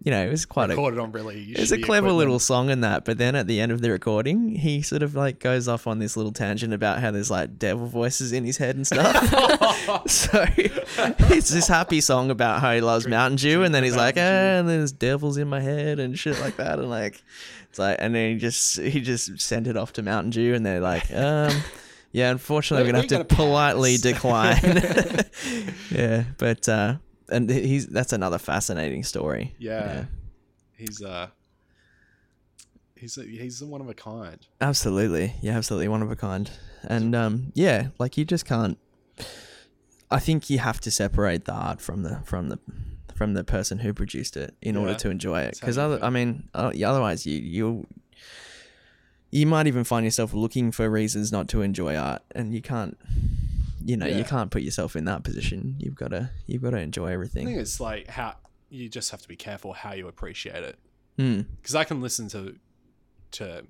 [SPEAKER 2] you know, it was quite a
[SPEAKER 1] Recorded on really.
[SPEAKER 2] it's a
[SPEAKER 1] shitty
[SPEAKER 2] clever
[SPEAKER 1] equipment.
[SPEAKER 2] little song in that. But then at the end of the recording, he sort of like goes off on this little tangent about how there's like devil voices in his head and stuff. so it's this happy song about how he loves Mountain Dew, and then he's like, ah, and there's devils in my head and shit like that, and like it's like, and then he just he just sent it off to Mountain Dew, and they're like, um. Yeah, unfortunately, we're
[SPEAKER 1] We're-
[SPEAKER 2] gonna have to
[SPEAKER 1] we're gonna
[SPEAKER 2] politely
[SPEAKER 1] pass.
[SPEAKER 2] decline. yeah, but uh, and he's that's another fascinating story.
[SPEAKER 1] Yeah. He's uh. He's a, he's one of a kind.
[SPEAKER 2] Absolutely. Yeah, absolutely. One of a kind. And um yeah, like you just can't I think you have to separate the art from the from the from the person who produced it in order
[SPEAKER 1] Yeah.
[SPEAKER 2] to enjoy it.
[SPEAKER 1] That's how
[SPEAKER 2] Cuz
[SPEAKER 1] you
[SPEAKER 2] other
[SPEAKER 1] feel.
[SPEAKER 2] I mean, uh, yeah, otherwise you you'll you might even find yourself looking for reasons not to enjoy art and you can't you know, you
[SPEAKER 1] Yeah.
[SPEAKER 2] can't put yourself in that position. You've got to you've got to enjoy
[SPEAKER 1] I think
[SPEAKER 2] everything.
[SPEAKER 1] it's like how you just have to be careful how you appreciate it.
[SPEAKER 2] Hmm.
[SPEAKER 1] Because I can listen to to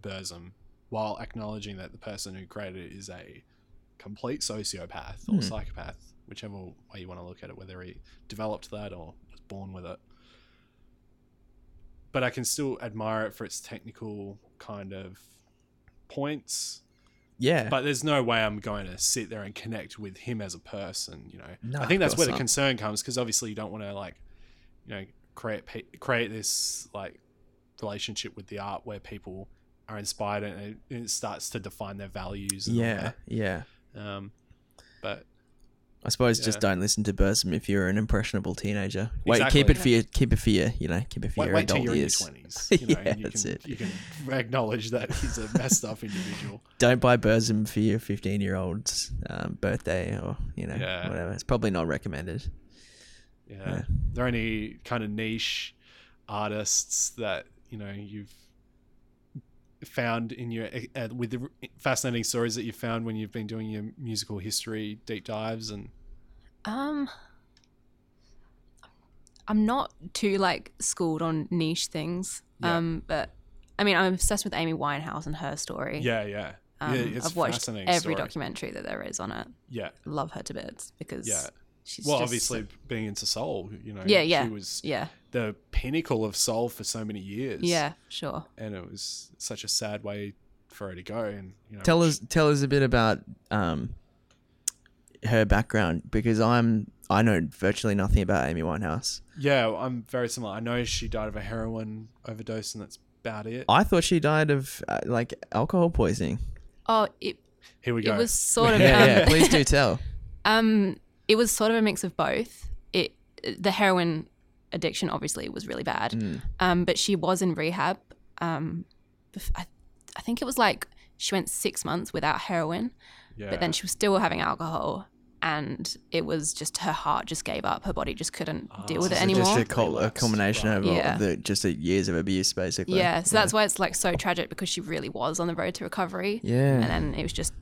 [SPEAKER 1] Burzum while acknowledging that the person who created it is a complete sociopath or
[SPEAKER 2] Hmm.
[SPEAKER 1] psychopath, whichever way you want to look at it, whether he developed that or was born with it. But I can still admire it for its technical kind of points.
[SPEAKER 2] Yeah.
[SPEAKER 1] But there's no way I'm going to sit there and connect with him as a person, you know.
[SPEAKER 2] No,
[SPEAKER 1] I think
[SPEAKER 2] of
[SPEAKER 1] that's where
[SPEAKER 2] course
[SPEAKER 1] the
[SPEAKER 2] not.
[SPEAKER 1] concern comes because obviously you don't want to like, you know, create pe- create this like relationship with the art where people are inspired and it, it starts to define their values. And all
[SPEAKER 2] yeah, yeah.
[SPEAKER 1] that. Um, but
[SPEAKER 2] I suppose just
[SPEAKER 1] Yeah.
[SPEAKER 2] don't listen to Burzum if you're an impressionable teenager. Wait, keep
[SPEAKER 1] Exactly.
[SPEAKER 2] it for your, keep it for your, you know, keep it for
[SPEAKER 1] wait,
[SPEAKER 2] your
[SPEAKER 1] wait till
[SPEAKER 2] adult
[SPEAKER 1] you're
[SPEAKER 2] years.
[SPEAKER 1] in your 20s. You know,
[SPEAKER 2] Yeah,
[SPEAKER 1] and you
[SPEAKER 2] that's
[SPEAKER 1] can,
[SPEAKER 2] it.
[SPEAKER 1] You can acknowledge that he's a messed up individual.
[SPEAKER 2] Don't buy Burzum for your 15 year old's um, birthday or you know
[SPEAKER 1] Yeah.
[SPEAKER 2] whatever. It's probably not recommended.
[SPEAKER 1] Yeah.
[SPEAKER 2] Yeah.
[SPEAKER 1] They're only kind of niche artists that, you know, you've found in your, uh, with the fascinating stories that you found when you've been doing your musical history deep dives and
[SPEAKER 3] Um, I'm not too like schooled on niche things.
[SPEAKER 1] Yeah.
[SPEAKER 3] Um, but I mean, I'm obsessed with Amy Winehouse and her story.
[SPEAKER 1] yeah, yeah.
[SPEAKER 3] Um,
[SPEAKER 1] yeah it's
[SPEAKER 3] I've watched
[SPEAKER 1] fascinating
[SPEAKER 3] every
[SPEAKER 1] story.
[SPEAKER 3] documentary that there is on it.
[SPEAKER 1] Yeah.
[SPEAKER 3] Love her to bits because
[SPEAKER 1] Yeah.
[SPEAKER 3] she's
[SPEAKER 1] Well,
[SPEAKER 3] just-
[SPEAKER 1] obviously being into soul, you know,
[SPEAKER 3] Yeah, yeah.
[SPEAKER 1] she was
[SPEAKER 3] yeah,
[SPEAKER 1] the pinnacle of soul for so many years.
[SPEAKER 3] yeah, sure.
[SPEAKER 1] And it was such a sad way for her to go. And, you know,
[SPEAKER 2] Tell us tell us a bit about um, her background because I'm I know virtually nothing about Amy Winehouse.
[SPEAKER 1] Yeah, well, I'm very similar. I know she died of a heroin overdose, and that's about it.
[SPEAKER 2] I thought she died of uh, like alcohol poisoning.
[SPEAKER 3] Oh, it
[SPEAKER 1] Here we
[SPEAKER 3] it
[SPEAKER 1] go.
[SPEAKER 3] was sort of
[SPEAKER 2] Yeah,
[SPEAKER 3] um,
[SPEAKER 2] yeah. Please do tell.
[SPEAKER 3] Um, it was sort of a mix of both. It the heroin addiction obviously was really bad,
[SPEAKER 2] Mm.
[SPEAKER 3] um, but she was in rehab. Um, bef- I, I think it was like she went six months without heroin,
[SPEAKER 1] yeah.
[SPEAKER 3] but then she was still having alcohol, and it was just her heart just gave up. Her body just couldn't
[SPEAKER 1] Ah.
[SPEAKER 3] deal with
[SPEAKER 1] So
[SPEAKER 3] it
[SPEAKER 2] So Just
[SPEAKER 3] anymore.
[SPEAKER 2] a, col- a
[SPEAKER 1] Relapsed,
[SPEAKER 2] culmination
[SPEAKER 1] right.
[SPEAKER 2] of, all
[SPEAKER 3] Yeah.
[SPEAKER 2] the just the years of abuse, basically.
[SPEAKER 3] yeah, so that's why it's like so tragic because she really was on the road to recovery,
[SPEAKER 2] Yeah.
[SPEAKER 3] and then it was just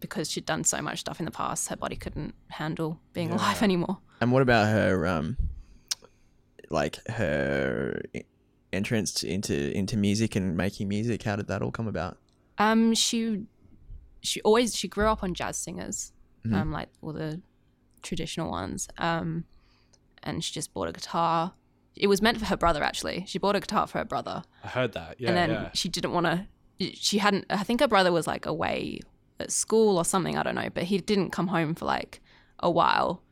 [SPEAKER 3] because she'd done so much stuff in the past, her body couldn't handle being
[SPEAKER 1] Yeah.
[SPEAKER 3] alive anymore.
[SPEAKER 2] And what about her, um, like her e- entrance into into music and making music? How did that all come about?
[SPEAKER 3] Um, she she always she grew up on jazz singers,
[SPEAKER 2] Mhm.
[SPEAKER 3] um, like all the traditional ones. Um, and she just bought a guitar. It was meant for her brother actually. She bought a guitar for her brother,
[SPEAKER 1] I heard that. Yeah,
[SPEAKER 3] and then
[SPEAKER 1] yeah.
[SPEAKER 3] she didn't want to. She hadn't. I think her brother was like away at school or something. I don't know, but he didn't come home for like a while.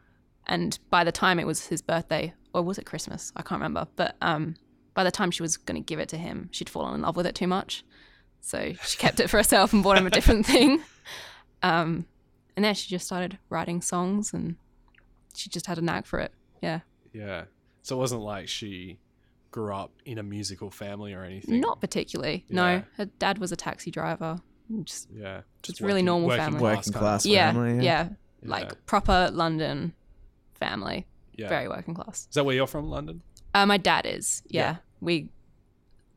[SPEAKER 3] And by the time it was his birthday, or was it Christmas? I can't remember. But um, by the time she was going to give it to him, she'd fallen in love with it too much. So she kept it for herself and bought him a different thing. Um, and then she just started writing songs, and she just had a knack for it. Yeah,
[SPEAKER 1] yeah. So it wasn't like she grew up in a musical family or anything.
[SPEAKER 3] not particularly.
[SPEAKER 1] Yeah.
[SPEAKER 3] No, her dad was a taxi driver. Just
[SPEAKER 1] Yeah. Just
[SPEAKER 3] really normal family.
[SPEAKER 2] Working class.
[SPEAKER 1] kind
[SPEAKER 3] yeah,
[SPEAKER 2] family, yeah.
[SPEAKER 3] yeah,
[SPEAKER 1] of-
[SPEAKER 3] like proper London family,
[SPEAKER 1] yeah.
[SPEAKER 3] very working class.
[SPEAKER 1] Is that where you're from, London?
[SPEAKER 3] Uh, my dad is, yeah.
[SPEAKER 1] Yeah.
[SPEAKER 3] We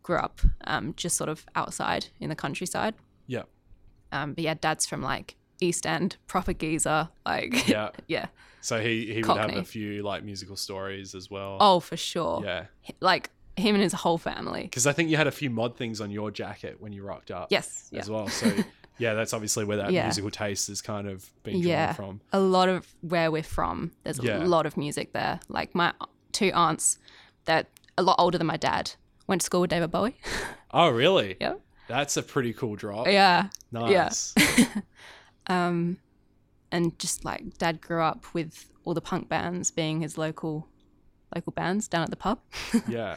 [SPEAKER 3] grew up um, just sort of outside in the countryside.
[SPEAKER 1] Yeah.
[SPEAKER 3] Um, but yeah, dad's from like East End, proper geezer, like yeah.
[SPEAKER 1] Yeah. So he he would have
[SPEAKER 3] Cockney.
[SPEAKER 1] a few like musical stories as well.
[SPEAKER 3] Oh, for sure.
[SPEAKER 1] Yeah.
[SPEAKER 3] H- Like him and his whole family.
[SPEAKER 1] Because I think you had a few mod things on your jacket when you rocked up.
[SPEAKER 3] Yes. Yeah.
[SPEAKER 1] As well. So yeah, that's obviously where that
[SPEAKER 3] Yeah.
[SPEAKER 1] musical taste is kind of being drawn
[SPEAKER 3] Yeah.
[SPEAKER 1] from.
[SPEAKER 3] a lot of where we're from. There's a
[SPEAKER 1] Yeah.
[SPEAKER 3] lot of music there. Like my two aunts, they're a lot older than my dad. Went to school with David Bowie.
[SPEAKER 1] Oh really?
[SPEAKER 3] Yeah.
[SPEAKER 1] That's a pretty cool drop.
[SPEAKER 3] yeah.
[SPEAKER 1] Nice.
[SPEAKER 3] Um, and just like dad grew up with all the punk bands being his local local bands down at the pub.
[SPEAKER 1] yeah.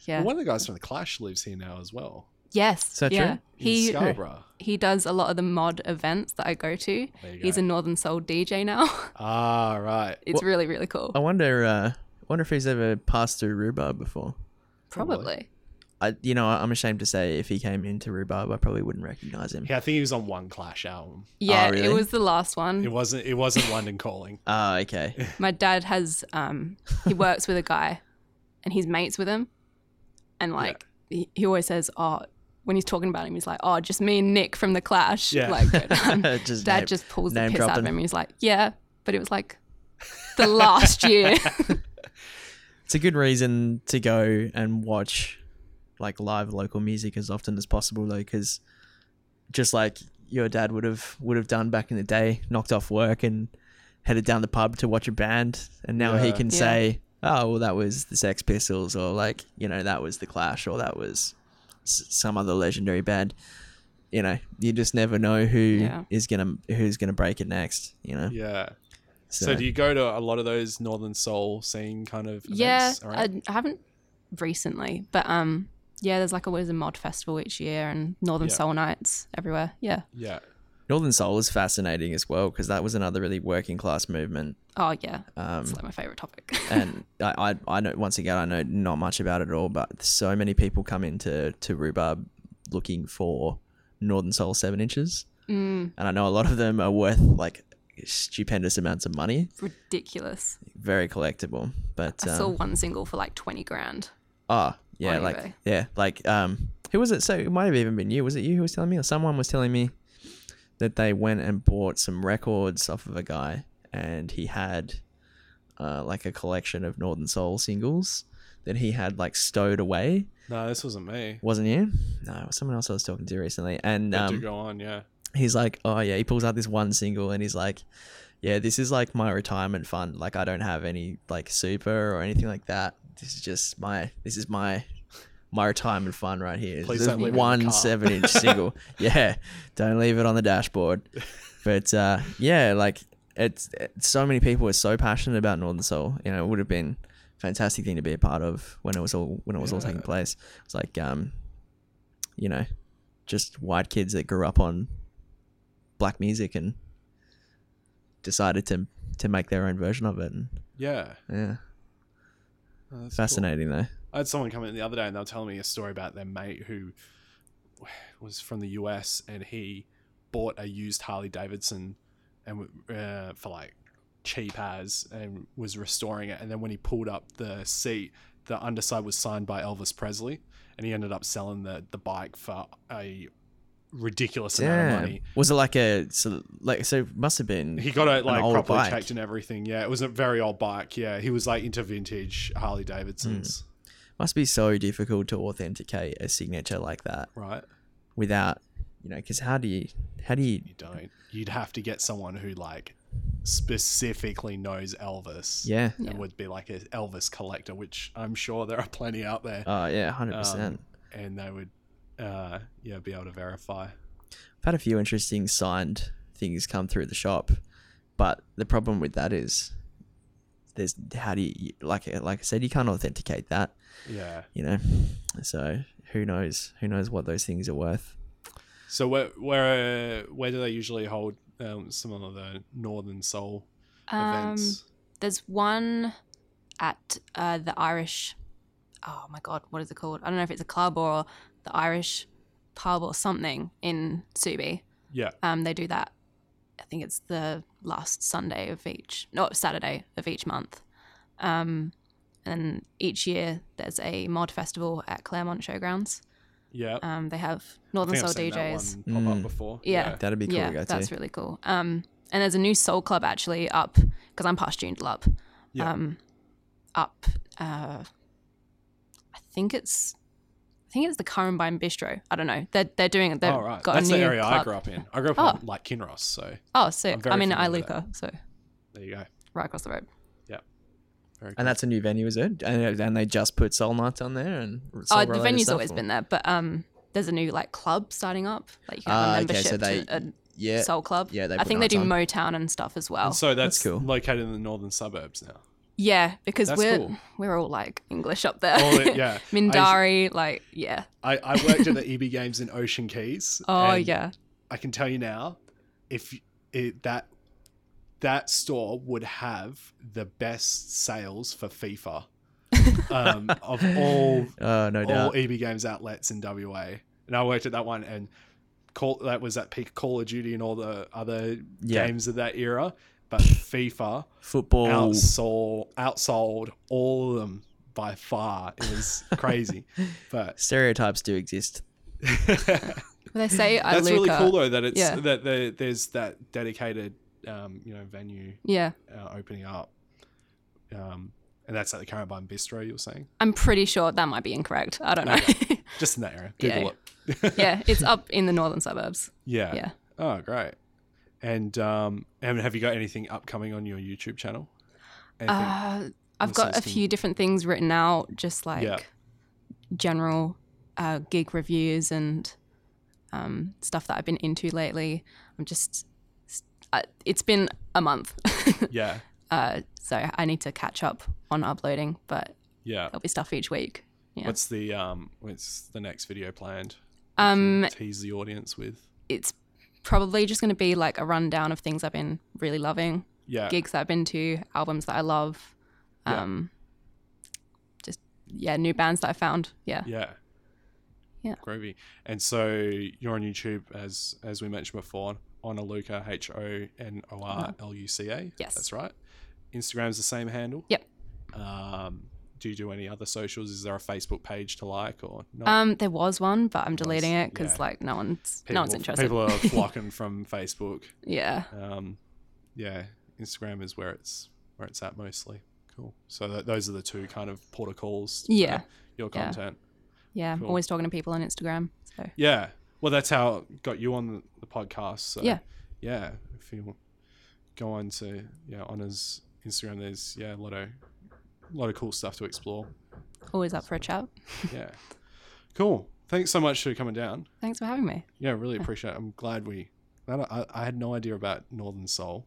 [SPEAKER 3] Yeah.
[SPEAKER 1] Well, one of the guys from the Clash lives here now as well.
[SPEAKER 3] Yes.
[SPEAKER 2] Is that
[SPEAKER 3] yeah.
[SPEAKER 2] true?
[SPEAKER 1] in
[SPEAKER 3] He
[SPEAKER 1] Scarborough.
[SPEAKER 3] he does a lot of the mod events that I go to.
[SPEAKER 1] There you
[SPEAKER 3] He's
[SPEAKER 1] go.
[SPEAKER 3] a Northern Soul DJ now.
[SPEAKER 1] ah right.
[SPEAKER 3] it's
[SPEAKER 2] What-
[SPEAKER 3] really really cool.
[SPEAKER 2] I wonder. Uh, wonder if he's ever passed through rhubarb before.
[SPEAKER 1] probably.
[SPEAKER 3] Probably.
[SPEAKER 2] Ah, I, you know, I'm ashamed to say if he came into rhubarb, I probably wouldn't recognize him.
[SPEAKER 1] Yeah, I think he was on one Clash album.
[SPEAKER 3] Yeah.
[SPEAKER 2] really?
[SPEAKER 3] It was the last one.
[SPEAKER 1] It wasn't. It wasn't London Calling.
[SPEAKER 2] Ah, okay.
[SPEAKER 3] My dad has um he works with a guy and he's mates with him. And like he, he always says, Oh when he's talking about him, he's like, Oh, just me and Nick from the Clash.
[SPEAKER 1] Yeah.
[SPEAKER 3] Like um,
[SPEAKER 2] just
[SPEAKER 3] dad
[SPEAKER 2] name-
[SPEAKER 3] just pulls the
[SPEAKER 2] name
[SPEAKER 3] piss out of
[SPEAKER 2] dropping.
[SPEAKER 3] him. He's like, Yeah, but it was like the last year.
[SPEAKER 2] It's a good reason to go and watch like live local music as often as possible, though, because just like your dad would have would have done back in the day, knocked off work and headed down the pub to watch a band, and now he
[SPEAKER 1] Yeah.
[SPEAKER 2] can
[SPEAKER 3] Yeah.
[SPEAKER 2] say, "Oh, well, that was the Sex Pistols," or like you know, that was the Clash, or that was s- some other legendary band. You know, you just never know who
[SPEAKER 3] Yeah.
[SPEAKER 2] is gonna who's gonna break it next. You know,
[SPEAKER 1] Yeah.
[SPEAKER 2] so,
[SPEAKER 1] So, do you go to a lot of those Northern Soul scene kind of?
[SPEAKER 3] yeah.
[SPEAKER 1] Events
[SPEAKER 3] I, I haven't recently, but um yeah, there's like always a mod festival each year and Northern
[SPEAKER 1] Yeah.
[SPEAKER 3] Soul Nights everywhere. Yeah.
[SPEAKER 1] Yeah.
[SPEAKER 2] Northern Soul is fascinating as well because that was another really working class movement.
[SPEAKER 3] Oh yeah,
[SPEAKER 2] Um,
[SPEAKER 3] it's like my favorite topic.
[SPEAKER 2] and I, I, I know once again I know not much about it at all, but so many people come into to Rhubarb looking for Northern Soul seven inches,
[SPEAKER 3] mm,
[SPEAKER 2] and I know a lot of them are worth like stupendous amounts of money,
[SPEAKER 3] ridiculous.
[SPEAKER 2] very collectible. But
[SPEAKER 3] I saw
[SPEAKER 2] um,
[SPEAKER 3] one single for like twenty grand.
[SPEAKER 2] oh yeah,
[SPEAKER 3] on
[SPEAKER 2] like
[SPEAKER 3] eBay.
[SPEAKER 2] yeah, like um, who was it? So it might have even been you. Was it you who was telling me, or someone was telling me that they went and bought some records off of a guy, and he had uh, like a collection of Northern Soul singles that he had like stowed away.
[SPEAKER 1] No, this wasn't me.
[SPEAKER 2] wasn't you? No, it was someone else I was talking to recently, and
[SPEAKER 1] They do
[SPEAKER 2] um,
[SPEAKER 1] go on, yeah.
[SPEAKER 2] he's like, "Oh yeah," he pulls out this one single, and he's like, "Yeah, this is like my retirement fund. Like, I don't have any like super or anything like that. This is just my this is my my retirement fund right here.
[SPEAKER 1] Please
[SPEAKER 2] this
[SPEAKER 1] don't leave it in the
[SPEAKER 2] one
[SPEAKER 1] car."
[SPEAKER 2] seven inch single. Yeah, don't leave it on the dashboard. But uh, yeah, like it's, it's so many people are so passionate about Northern Soul. You know, it would have been a fantastic thing to be a part of when it was all when it was all taking
[SPEAKER 1] Yeah.
[SPEAKER 2] place. It's like um, you know, just white kids that grew up on black music and decided to to make their own version of it. And
[SPEAKER 1] Yeah.
[SPEAKER 2] yeah,
[SPEAKER 1] Oh, that's cool.
[SPEAKER 2] fascinating though.
[SPEAKER 1] I had someone come in the other day and they were telling me a story about their mate who was from the US and he bought a used Harley Davidson and uh, for like cheap as and was restoring it and then when he pulled up the seat the underside was signed by Elvis Presley and he ended up selling the the bike for a ridiculous amount of
[SPEAKER 2] Yeah,
[SPEAKER 1] money.
[SPEAKER 2] was it like a so like so it must have been
[SPEAKER 1] He got it like
[SPEAKER 2] old
[SPEAKER 1] properly
[SPEAKER 2] bike.
[SPEAKER 1] checked and everything. Yeah, it was a very old bike. Yeah, he was like into vintage Harley Davidsons,
[SPEAKER 2] must be so difficult to authenticate a signature like that
[SPEAKER 1] right?
[SPEAKER 2] without you know because how do you how do you
[SPEAKER 1] You don't. You'd have to get someone who like specifically knows Elvis.
[SPEAKER 2] yeah
[SPEAKER 1] And
[SPEAKER 3] Yeah.
[SPEAKER 1] would be like an Elvis collector, which I'm sure there are plenty out there,
[SPEAKER 2] oh yeah hundred percent.
[SPEAKER 1] Um, and they would, uh, yeah, be able to verify.
[SPEAKER 2] I've had a few interesting signed things come through the shop, but the problem with that is there's how do you like like I said you can't authenticate that
[SPEAKER 1] Yeah.
[SPEAKER 2] you know so who knows who knows what those things are worth
[SPEAKER 1] So where where uh, where do they usually hold um, some of the Northern Soul
[SPEAKER 3] Um,
[SPEAKER 1] events?
[SPEAKER 3] there's one at uh, the Irish. Oh my god, what is it called? I don't know if it's a club or the Irish pub or something in Subi.
[SPEAKER 1] Yeah.
[SPEAKER 3] Um, they do that. I think it's the last Sunday of each, no, Saturday of each month. Um, and each year there's a mod festival at Claremont Showgrounds.
[SPEAKER 1] Yeah.
[SPEAKER 3] Um, they have
[SPEAKER 1] I
[SPEAKER 3] Northern
[SPEAKER 1] think
[SPEAKER 3] Soul
[SPEAKER 1] I've seen
[SPEAKER 3] DJs.
[SPEAKER 1] that one pop
[SPEAKER 2] Mm.
[SPEAKER 1] up before.
[SPEAKER 3] Yeah.
[SPEAKER 2] that'd be cool
[SPEAKER 3] yeah,
[SPEAKER 2] to go
[SPEAKER 3] that's
[SPEAKER 2] to
[SPEAKER 3] really cool. Um, and there's a new soul club actually up because I'm past June Club.
[SPEAKER 1] Yeah.
[SPEAKER 3] Um, up, uh, I think it's, I think it's the Currumbine Bistro. I don't know. They're they're doing they've
[SPEAKER 1] oh, right.
[SPEAKER 3] got
[SPEAKER 1] That's
[SPEAKER 3] a
[SPEAKER 1] the
[SPEAKER 3] new
[SPEAKER 1] area I
[SPEAKER 3] club.
[SPEAKER 1] grew up in. I grew up
[SPEAKER 3] Oh.
[SPEAKER 1] on like Kinross, so
[SPEAKER 3] Oh,
[SPEAKER 1] I'm
[SPEAKER 3] sick.
[SPEAKER 1] very
[SPEAKER 3] I'm in
[SPEAKER 1] familiar with
[SPEAKER 3] Iluka, so
[SPEAKER 1] there you go.
[SPEAKER 3] right across the road.
[SPEAKER 1] Very cool.
[SPEAKER 2] and that's a new venue is it and, and they just put soul nights on there and
[SPEAKER 3] oh, the venue's always been there, but um, there's a new like club starting up. Like you can have
[SPEAKER 2] Ah,
[SPEAKER 3] a
[SPEAKER 2] okay,
[SPEAKER 3] membership
[SPEAKER 2] so they-
[SPEAKER 3] to a
[SPEAKER 2] yeah
[SPEAKER 3] soul club.
[SPEAKER 2] yeah, they
[SPEAKER 3] I
[SPEAKER 2] put
[SPEAKER 3] think they
[SPEAKER 2] nights
[SPEAKER 3] do
[SPEAKER 2] on.
[SPEAKER 3] Motown and stuff as well.
[SPEAKER 1] And so that's,
[SPEAKER 2] cool.
[SPEAKER 1] located in the northern suburbs now.
[SPEAKER 3] yeah, because
[SPEAKER 1] That's
[SPEAKER 3] we're
[SPEAKER 1] cool.
[SPEAKER 3] we're all like English up there.
[SPEAKER 1] All it- Oh, yeah. I used-
[SPEAKER 3] Mindari, like yeah.
[SPEAKER 1] I, I worked at the EB Games in Ocean Keys.
[SPEAKER 3] Oh
[SPEAKER 1] and
[SPEAKER 3] yeah.
[SPEAKER 1] I can tell you now, if y- it, that that store would have the best sales for FIFA um, of all
[SPEAKER 2] oh no doubt
[SPEAKER 1] all EB Games outlets in WA. And I worked at that one and call that was at peak Call of Duty and all the other
[SPEAKER 2] Yeah. Oh.
[SPEAKER 1] games of that era. But FIFA
[SPEAKER 2] football
[SPEAKER 1] outsold outsold all of them by far. It was crazy. but
[SPEAKER 2] stereotypes do exist
[SPEAKER 3] Well, they say uh, Iluka.
[SPEAKER 1] That's really cool though that it's
[SPEAKER 3] Yeah.
[SPEAKER 1] that there, there's that dedicated um, you know venue
[SPEAKER 3] Yeah,
[SPEAKER 1] uh, opening up, um, and that's at the Carabine Bistro. You were saying
[SPEAKER 3] I'm pretty sure that might be incorrect. I don't know.
[SPEAKER 1] just in that area.
[SPEAKER 3] Yeah.
[SPEAKER 1] Google it.
[SPEAKER 3] yeah, it's up in the northern suburbs.
[SPEAKER 1] yeah.
[SPEAKER 3] Yeah.
[SPEAKER 1] Oh, great. And um, and have you got anything upcoming on your YouTube channel? Anything?
[SPEAKER 3] Uh,
[SPEAKER 1] That
[SPEAKER 3] I've got a
[SPEAKER 1] sounds cool.
[SPEAKER 3] few different things written out, just like
[SPEAKER 1] Yeah.
[SPEAKER 3] general uh, gig reviews and um, stuff that I've been into lately. I'm just, uh, it's been a month,
[SPEAKER 1] yeah.
[SPEAKER 3] uh, so I need to catch up on uploading, but
[SPEAKER 1] Yeah.
[SPEAKER 3] there'll be stuff each week. oh, Yeah.
[SPEAKER 1] What's the um? What's the next video planned? We can
[SPEAKER 3] Um,
[SPEAKER 1] tease the audience with.
[SPEAKER 3] it's probably just going to be like a rundown of things I've been really loving,
[SPEAKER 1] Yeah.
[SPEAKER 3] gigs that I've been to, albums that I love,
[SPEAKER 1] Yeah.
[SPEAKER 3] um, just yeah, new bands that I found. Yeah,
[SPEAKER 1] Yeah.
[SPEAKER 3] Yeah.
[SPEAKER 1] Groovy. And so you're on YouTube as as we mentioned before, on Luca H O N O R L U C A.
[SPEAKER 3] Yes.
[SPEAKER 1] That's right. Instagram's the same handle.
[SPEAKER 3] Yep.
[SPEAKER 1] Um, do you do any other socials? Is there a Facebook page to like or not?
[SPEAKER 3] Um, there was one, but I'm deleting it because
[SPEAKER 1] yeah.
[SPEAKER 3] like no one's no one's interested.
[SPEAKER 1] People are flocking from Facebook.
[SPEAKER 3] yeah,
[SPEAKER 1] Um, yeah, Instagram is where it's where it's at mostly. Cool. So th- those are the two kind of protocols. for
[SPEAKER 3] Yeah.
[SPEAKER 1] Your
[SPEAKER 3] Yeah.
[SPEAKER 1] content.
[SPEAKER 3] yeah. I'm
[SPEAKER 1] Cool.
[SPEAKER 3] always talking to people on Instagram. So
[SPEAKER 1] Yeah. Well, that's how it got you on the, the podcast. So
[SPEAKER 3] Yeah.
[SPEAKER 1] yeah, If you go on to yeah on his Instagram, there's yeah a lot of lot of cool stuff to explore.
[SPEAKER 3] always up for a chat.
[SPEAKER 1] Yeah. cool. Thanks so much for coming down.
[SPEAKER 3] Thanks for having me.
[SPEAKER 1] Yeah, really appreciate. it. I'm glad we. I, don't- I, I had no idea about Northern Soul.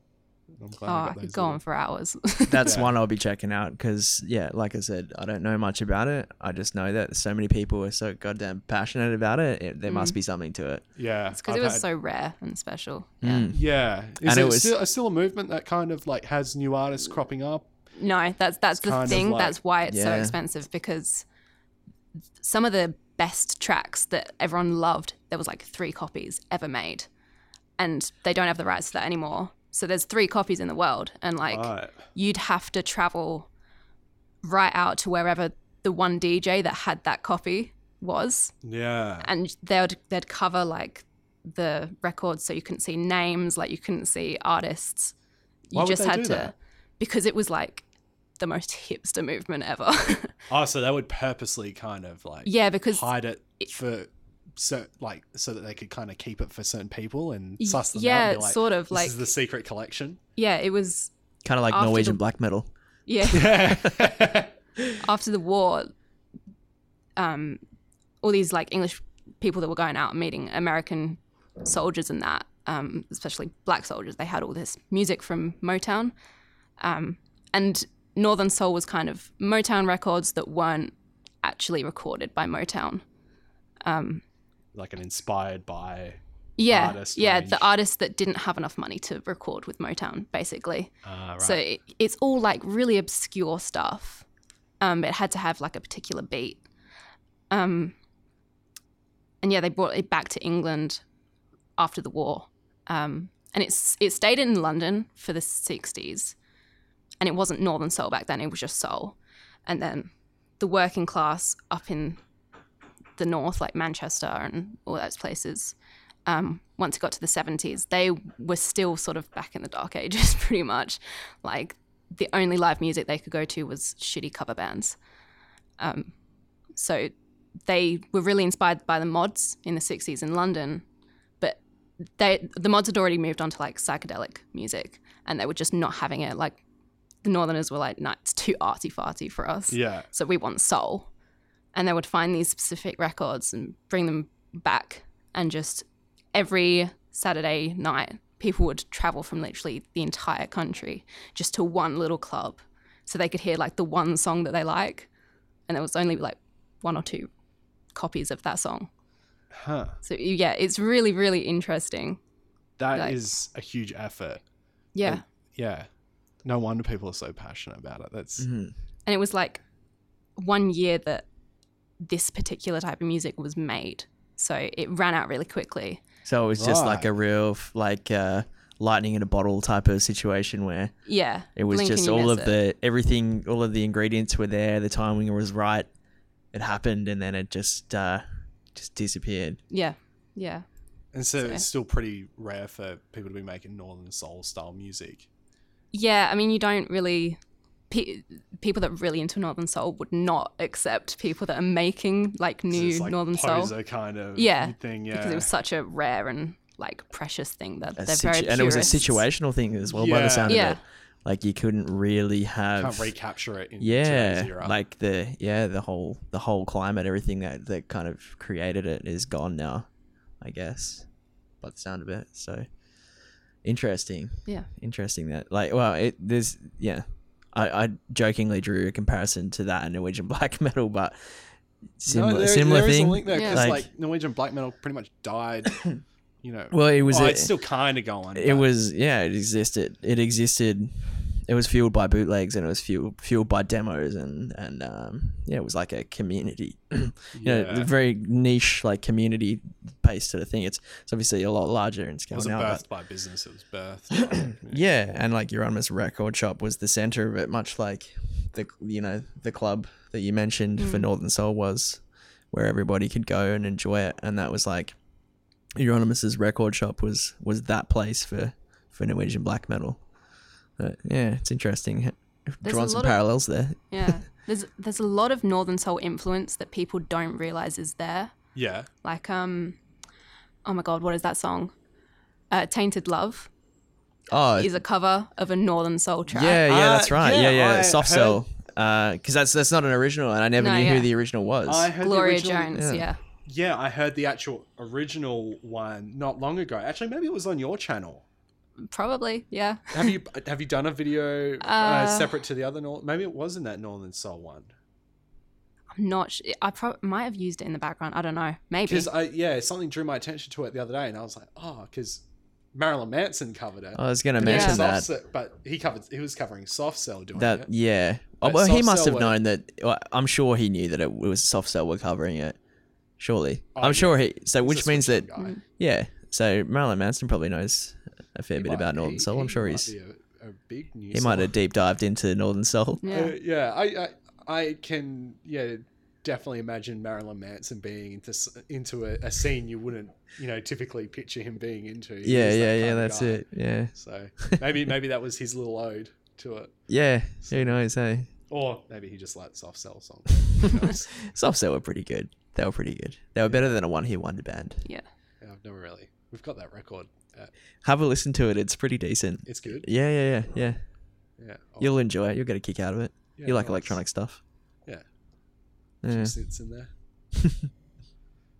[SPEAKER 1] I'm glad
[SPEAKER 3] oh,
[SPEAKER 1] I
[SPEAKER 3] I
[SPEAKER 1] got
[SPEAKER 3] could
[SPEAKER 1] those
[SPEAKER 3] go
[SPEAKER 1] little-
[SPEAKER 3] on for hours.
[SPEAKER 2] That's
[SPEAKER 1] Yeah.
[SPEAKER 2] one I'll be checking out because, yeah, like I said, I don't know much about it. I just know that so many people are so goddamn passionate about it. it there
[SPEAKER 3] Mm.
[SPEAKER 2] must be something to it.
[SPEAKER 1] Yeah,
[SPEAKER 3] it's because
[SPEAKER 1] I've
[SPEAKER 3] it was
[SPEAKER 1] had-
[SPEAKER 3] so rare and special. Yeah.
[SPEAKER 2] Mm.
[SPEAKER 1] Yeah, is it,
[SPEAKER 2] And it was-
[SPEAKER 1] still, still a movement that kind of like has new artists cropping up?
[SPEAKER 3] No, that's that's the
[SPEAKER 1] kind of
[SPEAKER 3] thing.
[SPEAKER 1] like-
[SPEAKER 3] that's why it's so
[SPEAKER 2] Yeah.
[SPEAKER 3] expensive because some of the best tracks that everyone loved, there was like three copies ever made, and they don't have the rights to that anymore. So there's three copies in the world, and like
[SPEAKER 1] Right.
[SPEAKER 3] you'd have to travel right out to wherever the one DJ that had that copy was,
[SPEAKER 1] Yeah.
[SPEAKER 3] and they'd they'd cover like the records so you couldn't see names, like you couldn't see artists. You
[SPEAKER 1] Why would
[SPEAKER 3] just
[SPEAKER 1] they
[SPEAKER 3] had
[SPEAKER 1] do
[SPEAKER 3] to
[SPEAKER 1] that?
[SPEAKER 3] because it was like the most hipster movement ever.
[SPEAKER 1] Oh, so they would purposely kind of like
[SPEAKER 3] yeah, because
[SPEAKER 1] hide it for so like so that they could kind of keep it for certain people and suss them out.
[SPEAKER 3] yeah,
[SPEAKER 1] and be like,
[SPEAKER 3] sort of
[SPEAKER 1] This
[SPEAKER 3] like
[SPEAKER 1] is the secret collection.
[SPEAKER 3] yeah, it was
[SPEAKER 2] Kind of like
[SPEAKER 3] After
[SPEAKER 2] Norwegian
[SPEAKER 3] the-
[SPEAKER 2] black metal.
[SPEAKER 3] yeah.
[SPEAKER 1] Yeah.
[SPEAKER 3] after the war, um, all these like English people that were going out and meeting American soldiers and that, um, especially black soldiers, they had all this music from Motown, um, and Northern Soul was kind of Motown records that weren't actually recorded by Motown. Um,
[SPEAKER 1] like an inspired by.
[SPEAKER 3] yeah,
[SPEAKER 1] Artist
[SPEAKER 3] yeah,
[SPEAKER 1] range.
[SPEAKER 3] the artists that didn't have enough money to record with Motown, basically.
[SPEAKER 1] Uh, right.
[SPEAKER 3] So it, it's all like really obscure stuff. Um, it had to have like a particular beat. Um, and yeah, they brought it back to England after the war. Um, and it's it stayed in London for the 60s. And it wasn't Northern Soul back then, it was just Soul. And then the working class up in the north, like Manchester and all those places, um, once it got to the 70s, they were still sort of back in the dark ages, pretty much. Like the only live music they could go to was shitty cover bands. Um, so they were really inspired by the mods in the 60s in London, but they the mods had already moved on to like psychedelic music and they were just not having it. Like the Northerners were like, no, it's too arty farty for us
[SPEAKER 1] yeah.
[SPEAKER 3] so we want soul and they would find these specific records and bring them back and just every saturday night people would travel from literally the entire country just to one little club so they could hear like the one song that they like and there was only like one or two copies of that song
[SPEAKER 1] Huh.
[SPEAKER 3] so yeah it's really really interesting
[SPEAKER 1] That is
[SPEAKER 3] Like-
[SPEAKER 1] a huge effort.
[SPEAKER 3] yeah
[SPEAKER 1] Like- Yeah. No wonder people are so passionate about it. That's
[SPEAKER 3] Mm.
[SPEAKER 2] Mhm.
[SPEAKER 3] and it was like one year that this particular type of music was made so it ran out really quickly
[SPEAKER 2] So it was just like
[SPEAKER 1] Right.
[SPEAKER 2] a real, f- like, uh, lightning in a bottle type of situation where
[SPEAKER 3] Yeah.
[SPEAKER 2] it was
[SPEAKER 3] blink and
[SPEAKER 2] just
[SPEAKER 3] you
[SPEAKER 2] all
[SPEAKER 3] miss
[SPEAKER 2] of
[SPEAKER 3] it.
[SPEAKER 2] the, everything, all of the ingredients were there, the timing was right, it happened, and then it just, uh, just disappeared.
[SPEAKER 3] Yeah. Yeah.
[SPEAKER 1] and so
[SPEAKER 3] So-
[SPEAKER 1] it's still pretty rare for people to be making northern soul style music.
[SPEAKER 3] Yeah. I mean, you don't really. Pe- people that are really into Northern Soul would not accept people that are making like
[SPEAKER 1] 'Cause
[SPEAKER 3] new
[SPEAKER 1] it's like
[SPEAKER 3] Northern
[SPEAKER 1] poser
[SPEAKER 3] Soul
[SPEAKER 1] kind of
[SPEAKER 3] Yeah,
[SPEAKER 1] thing. Yeah.
[SPEAKER 3] because it was such a rare and like precious thing that
[SPEAKER 2] a
[SPEAKER 3] they're
[SPEAKER 2] situ-
[SPEAKER 3] very
[SPEAKER 2] and it was a
[SPEAKER 3] purists.
[SPEAKER 2] situational thing as well by
[SPEAKER 1] Yeah.
[SPEAKER 2] the sound
[SPEAKER 3] Yeah.
[SPEAKER 2] of it like you couldn't really have
[SPEAKER 1] can't recapture it in today's
[SPEAKER 2] yeah
[SPEAKER 1] era.
[SPEAKER 2] like the yeah the whole the whole climate everything that that kind of created it is gone now i guess by the sound of it so interesting
[SPEAKER 3] Yeah.
[SPEAKER 2] interesting that like well it there's yeah i i jokingly drew a comparison to that and norwegian black metal but similar,
[SPEAKER 1] there-
[SPEAKER 2] similar
[SPEAKER 1] there is
[SPEAKER 2] thing.
[SPEAKER 1] a link there because
[SPEAKER 2] Yeah.
[SPEAKER 1] like,
[SPEAKER 2] Like-
[SPEAKER 1] Norwegian black metal pretty much died. You know,
[SPEAKER 2] Well, it was
[SPEAKER 1] oh,
[SPEAKER 2] a-
[SPEAKER 1] it's still kind of going.
[SPEAKER 2] it
[SPEAKER 1] but-
[SPEAKER 2] was yeah it existed it existed it was fueled by bootlegs and it was fueled fueled by demos and and um yeah it was like a community you know
[SPEAKER 1] Yeah.
[SPEAKER 2] the very niche like community based sort of thing it's it's obviously a lot larger in
[SPEAKER 1] it
[SPEAKER 2] scale
[SPEAKER 1] wasn't
[SPEAKER 2] now but
[SPEAKER 1] birthed by business. It was birthed.
[SPEAKER 2] yeah and like Euronymous record shop was the center of it much like the you know the club that you mentioned for
[SPEAKER 3] Mm.
[SPEAKER 2] northern soul was where everybody could go and enjoy it and that was like Euronymous record shop was was that place for for norwegian black metal but yeah it's interesting h-
[SPEAKER 3] There's
[SPEAKER 2] drawing
[SPEAKER 3] a
[SPEAKER 2] some
[SPEAKER 3] lot of-
[SPEAKER 2] parallels there
[SPEAKER 3] Yeah. There's there's a lot of northern soul influence that people don't realize is there.
[SPEAKER 1] yeah,
[SPEAKER 3] Like um oh my god, what is that song? Uh, Tainted Love
[SPEAKER 2] oh
[SPEAKER 3] is a cover of a northern soul track.
[SPEAKER 2] yeah yeah
[SPEAKER 1] Uh,
[SPEAKER 2] that's right
[SPEAKER 1] yeah,
[SPEAKER 2] yeah yeah,
[SPEAKER 1] I
[SPEAKER 2] soft
[SPEAKER 1] heard-
[SPEAKER 2] cell because that's that's not an original and i never
[SPEAKER 3] No,
[SPEAKER 2] knew
[SPEAKER 3] yeah.
[SPEAKER 2] who the original was
[SPEAKER 1] I heard
[SPEAKER 3] Gloria
[SPEAKER 1] the original,
[SPEAKER 3] Jones,
[SPEAKER 2] yeah.
[SPEAKER 3] yeah.
[SPEAKER 1] Yeah, I heard the actual original one not long ago. Actually, maybe it was on your channel.
[SPEAKER 3] Probably, yeah.
[SPEAKER 1] Have you have you done a video uh,
[SPEAKER 3] Uh,
[SPEAKER 1] separate to the other? Nor- maybe it was in that Northern Soul one.
[SPEAKER 3] I'm not sh- I pro- might have used it in the background. I don't know. Maybe.
[SPEAKER 1] Because I yeah, something drew my attention to it the other day, and I was like, oh, because Marilyn Manson covered it.
[SPEAKER 2] I was gonna
[SPEAKER 1] But
[SPEAKER 3] Yeah.
[SPEAKER 2] mention
[SPEAKER 1] soft
[SPEAKER 2] that
[SPEAKER 1] Cell- but he covered he was covering soft cell doing
[SPEAKER 2] That
[SPEAKER 1] it.
[SPEAKER 2] yeah. Oh,
[SPEAKER 1] But
[SPEAKER 2] well, he
[SPEAKER 1] soft
[SPEAKER 2] must
[SPEAKER 1] sell
[SPEAKER 2] have
[SPEAKER 1] were-
[SPEAKER 2] known that. well, I'm sure he knew that it was soft cell were covering it. Surely,
[SPEAKER 1] Oh,
[SPEAKER 2] I'm
[SPEAKER 1] yeah.
[SPEAKER 2] sure he. So
[SPEAKER 1] He's
[SPEAKER 2] which
[SPEAKER 1] a
[SPEAKER 2] means that
[SPEAKER 1] switched on guy.
[SPEAKER 2] yeah. So Marilyn Manson probably knows a fair
[SPEAKER 1] He
[SPEAKER 2] bit
[SPEAKER 1] might-
[SPEAKER 2] about Northern
[SPEAKER 1] he-
[SPEAKER 2] Soul. I'm
[SPEAKER 1] he
[SPEAKER 2] sure
[SPEAKER 1] might
[SPEAKER 2] he's.
[SPEAKER 1] be a, a big news.
[SPEAKER 2] He might have deep dived into Northern Soul.
[SPEAKER 3] yeah.
[SPEAKER 1] Uh, yeah, I, I I can yeah definitely imagine Marilyn Manson being into s- into a, a scene you wouldn't you know typically picture him being into. He
[SPEAKER 2] Yeah,
[SPEAKER 1] is that
[SPEAKER 2] yeah,
[SPEAKER 1] kind
[SPEAKER 2] yeah.
[SPEAKER 1] of
[SPEAKER 2] That's
[SPEAKER 1] guy.
[SPEAKER 2] it. Yeah,
[SPEAKER 1] So maybe maybe that was his little ode to it,
[SPEAKER 2] yeah. Who knows? Hey,
[SPEAKER 1] or maybe he just liked soft cell songs.
[SPEAKER 2] soft cell were pretty good. They were pretty good. They were better than a one hit wonder band.
[SPEAKER 3] Yeah.
[SPEAKER 1] yeah, I've never really. We've got that record. Uh,
[SPEAKER 2] Have a listen to it. It's pretty decent.
[SPEAKER 1] it's good.
[SPEAKER 2] Yeah, yeah, yeah, yeah.
[SPEAKER 1] Yeah, oh,
[SPEAKER 2] You'll enjoy it. You'll get a kick out of it.
[SPEAKER 1] yeah,
[SPEAKER 2] you like
[SPEAKER 1] nice.
[SPEAKER 2] electronic stuff. Eh,
[SPEAKER 1] Yeah.
[SPEAKER 2] Yeah.
[SPEAKER 1] Sits in there.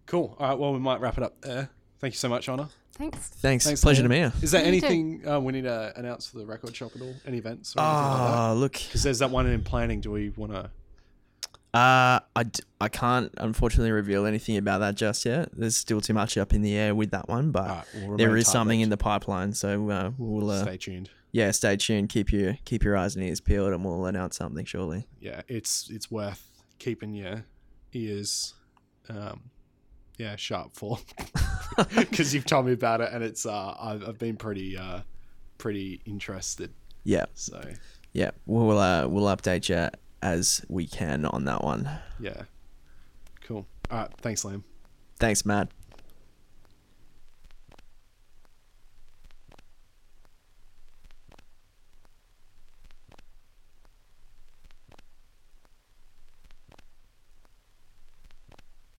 [SPEAKER 1] cool. All right. Well, we might wrap it up there. Thank you so much, Honor.
[SPEAKER 3] Thanks.
[SPEAKER 2] Thanks.
[SPEAKER 1] Thanks,
[SPEAKER 2] Pleasure to
[SPEAKER 1] Liam.
[SPEAKER 2] meet you.
[SPEAKER 1] Is there
[SPEAKER 3] Yeah, you too.
[SPEAKER 1] anything uh, we need to announce for the record shop at all? Any events or anything like that?
[SPEAKER 2] Ah, look.
[SPEAKER 1] Because there's that one in planning. Do we want to?
[SPEAKER 2] Uh, I, d- I can't unfortunately reveal anything about that just yet. There's still too much up in the air with that one, but Ah, there is something in the pipeline. So uh, we'll uh,
[SPEAKER 1] Stay tuned.
[SPEAKER 2] yeah, stay tuned. Keep your keep your eyes and ears peeled, and we'll announce something shortly.
[SPEAKER 1] Yeah, it's it's worth keeping your ears, um, yeah, sharp for, because you've told me about it, and it's uh, I've, I've been pretty uh, pretty interested.
[SPEAKER 2] Yeah,
[SPEAKER 1] So
[SPEAKER 2] yeah, we'll uh, we'll update you as we can on that one.
[SPEAKER 1] yeah, cool. All right, thanks, Liam.
[SPEAKER 2] Thanks, Matt.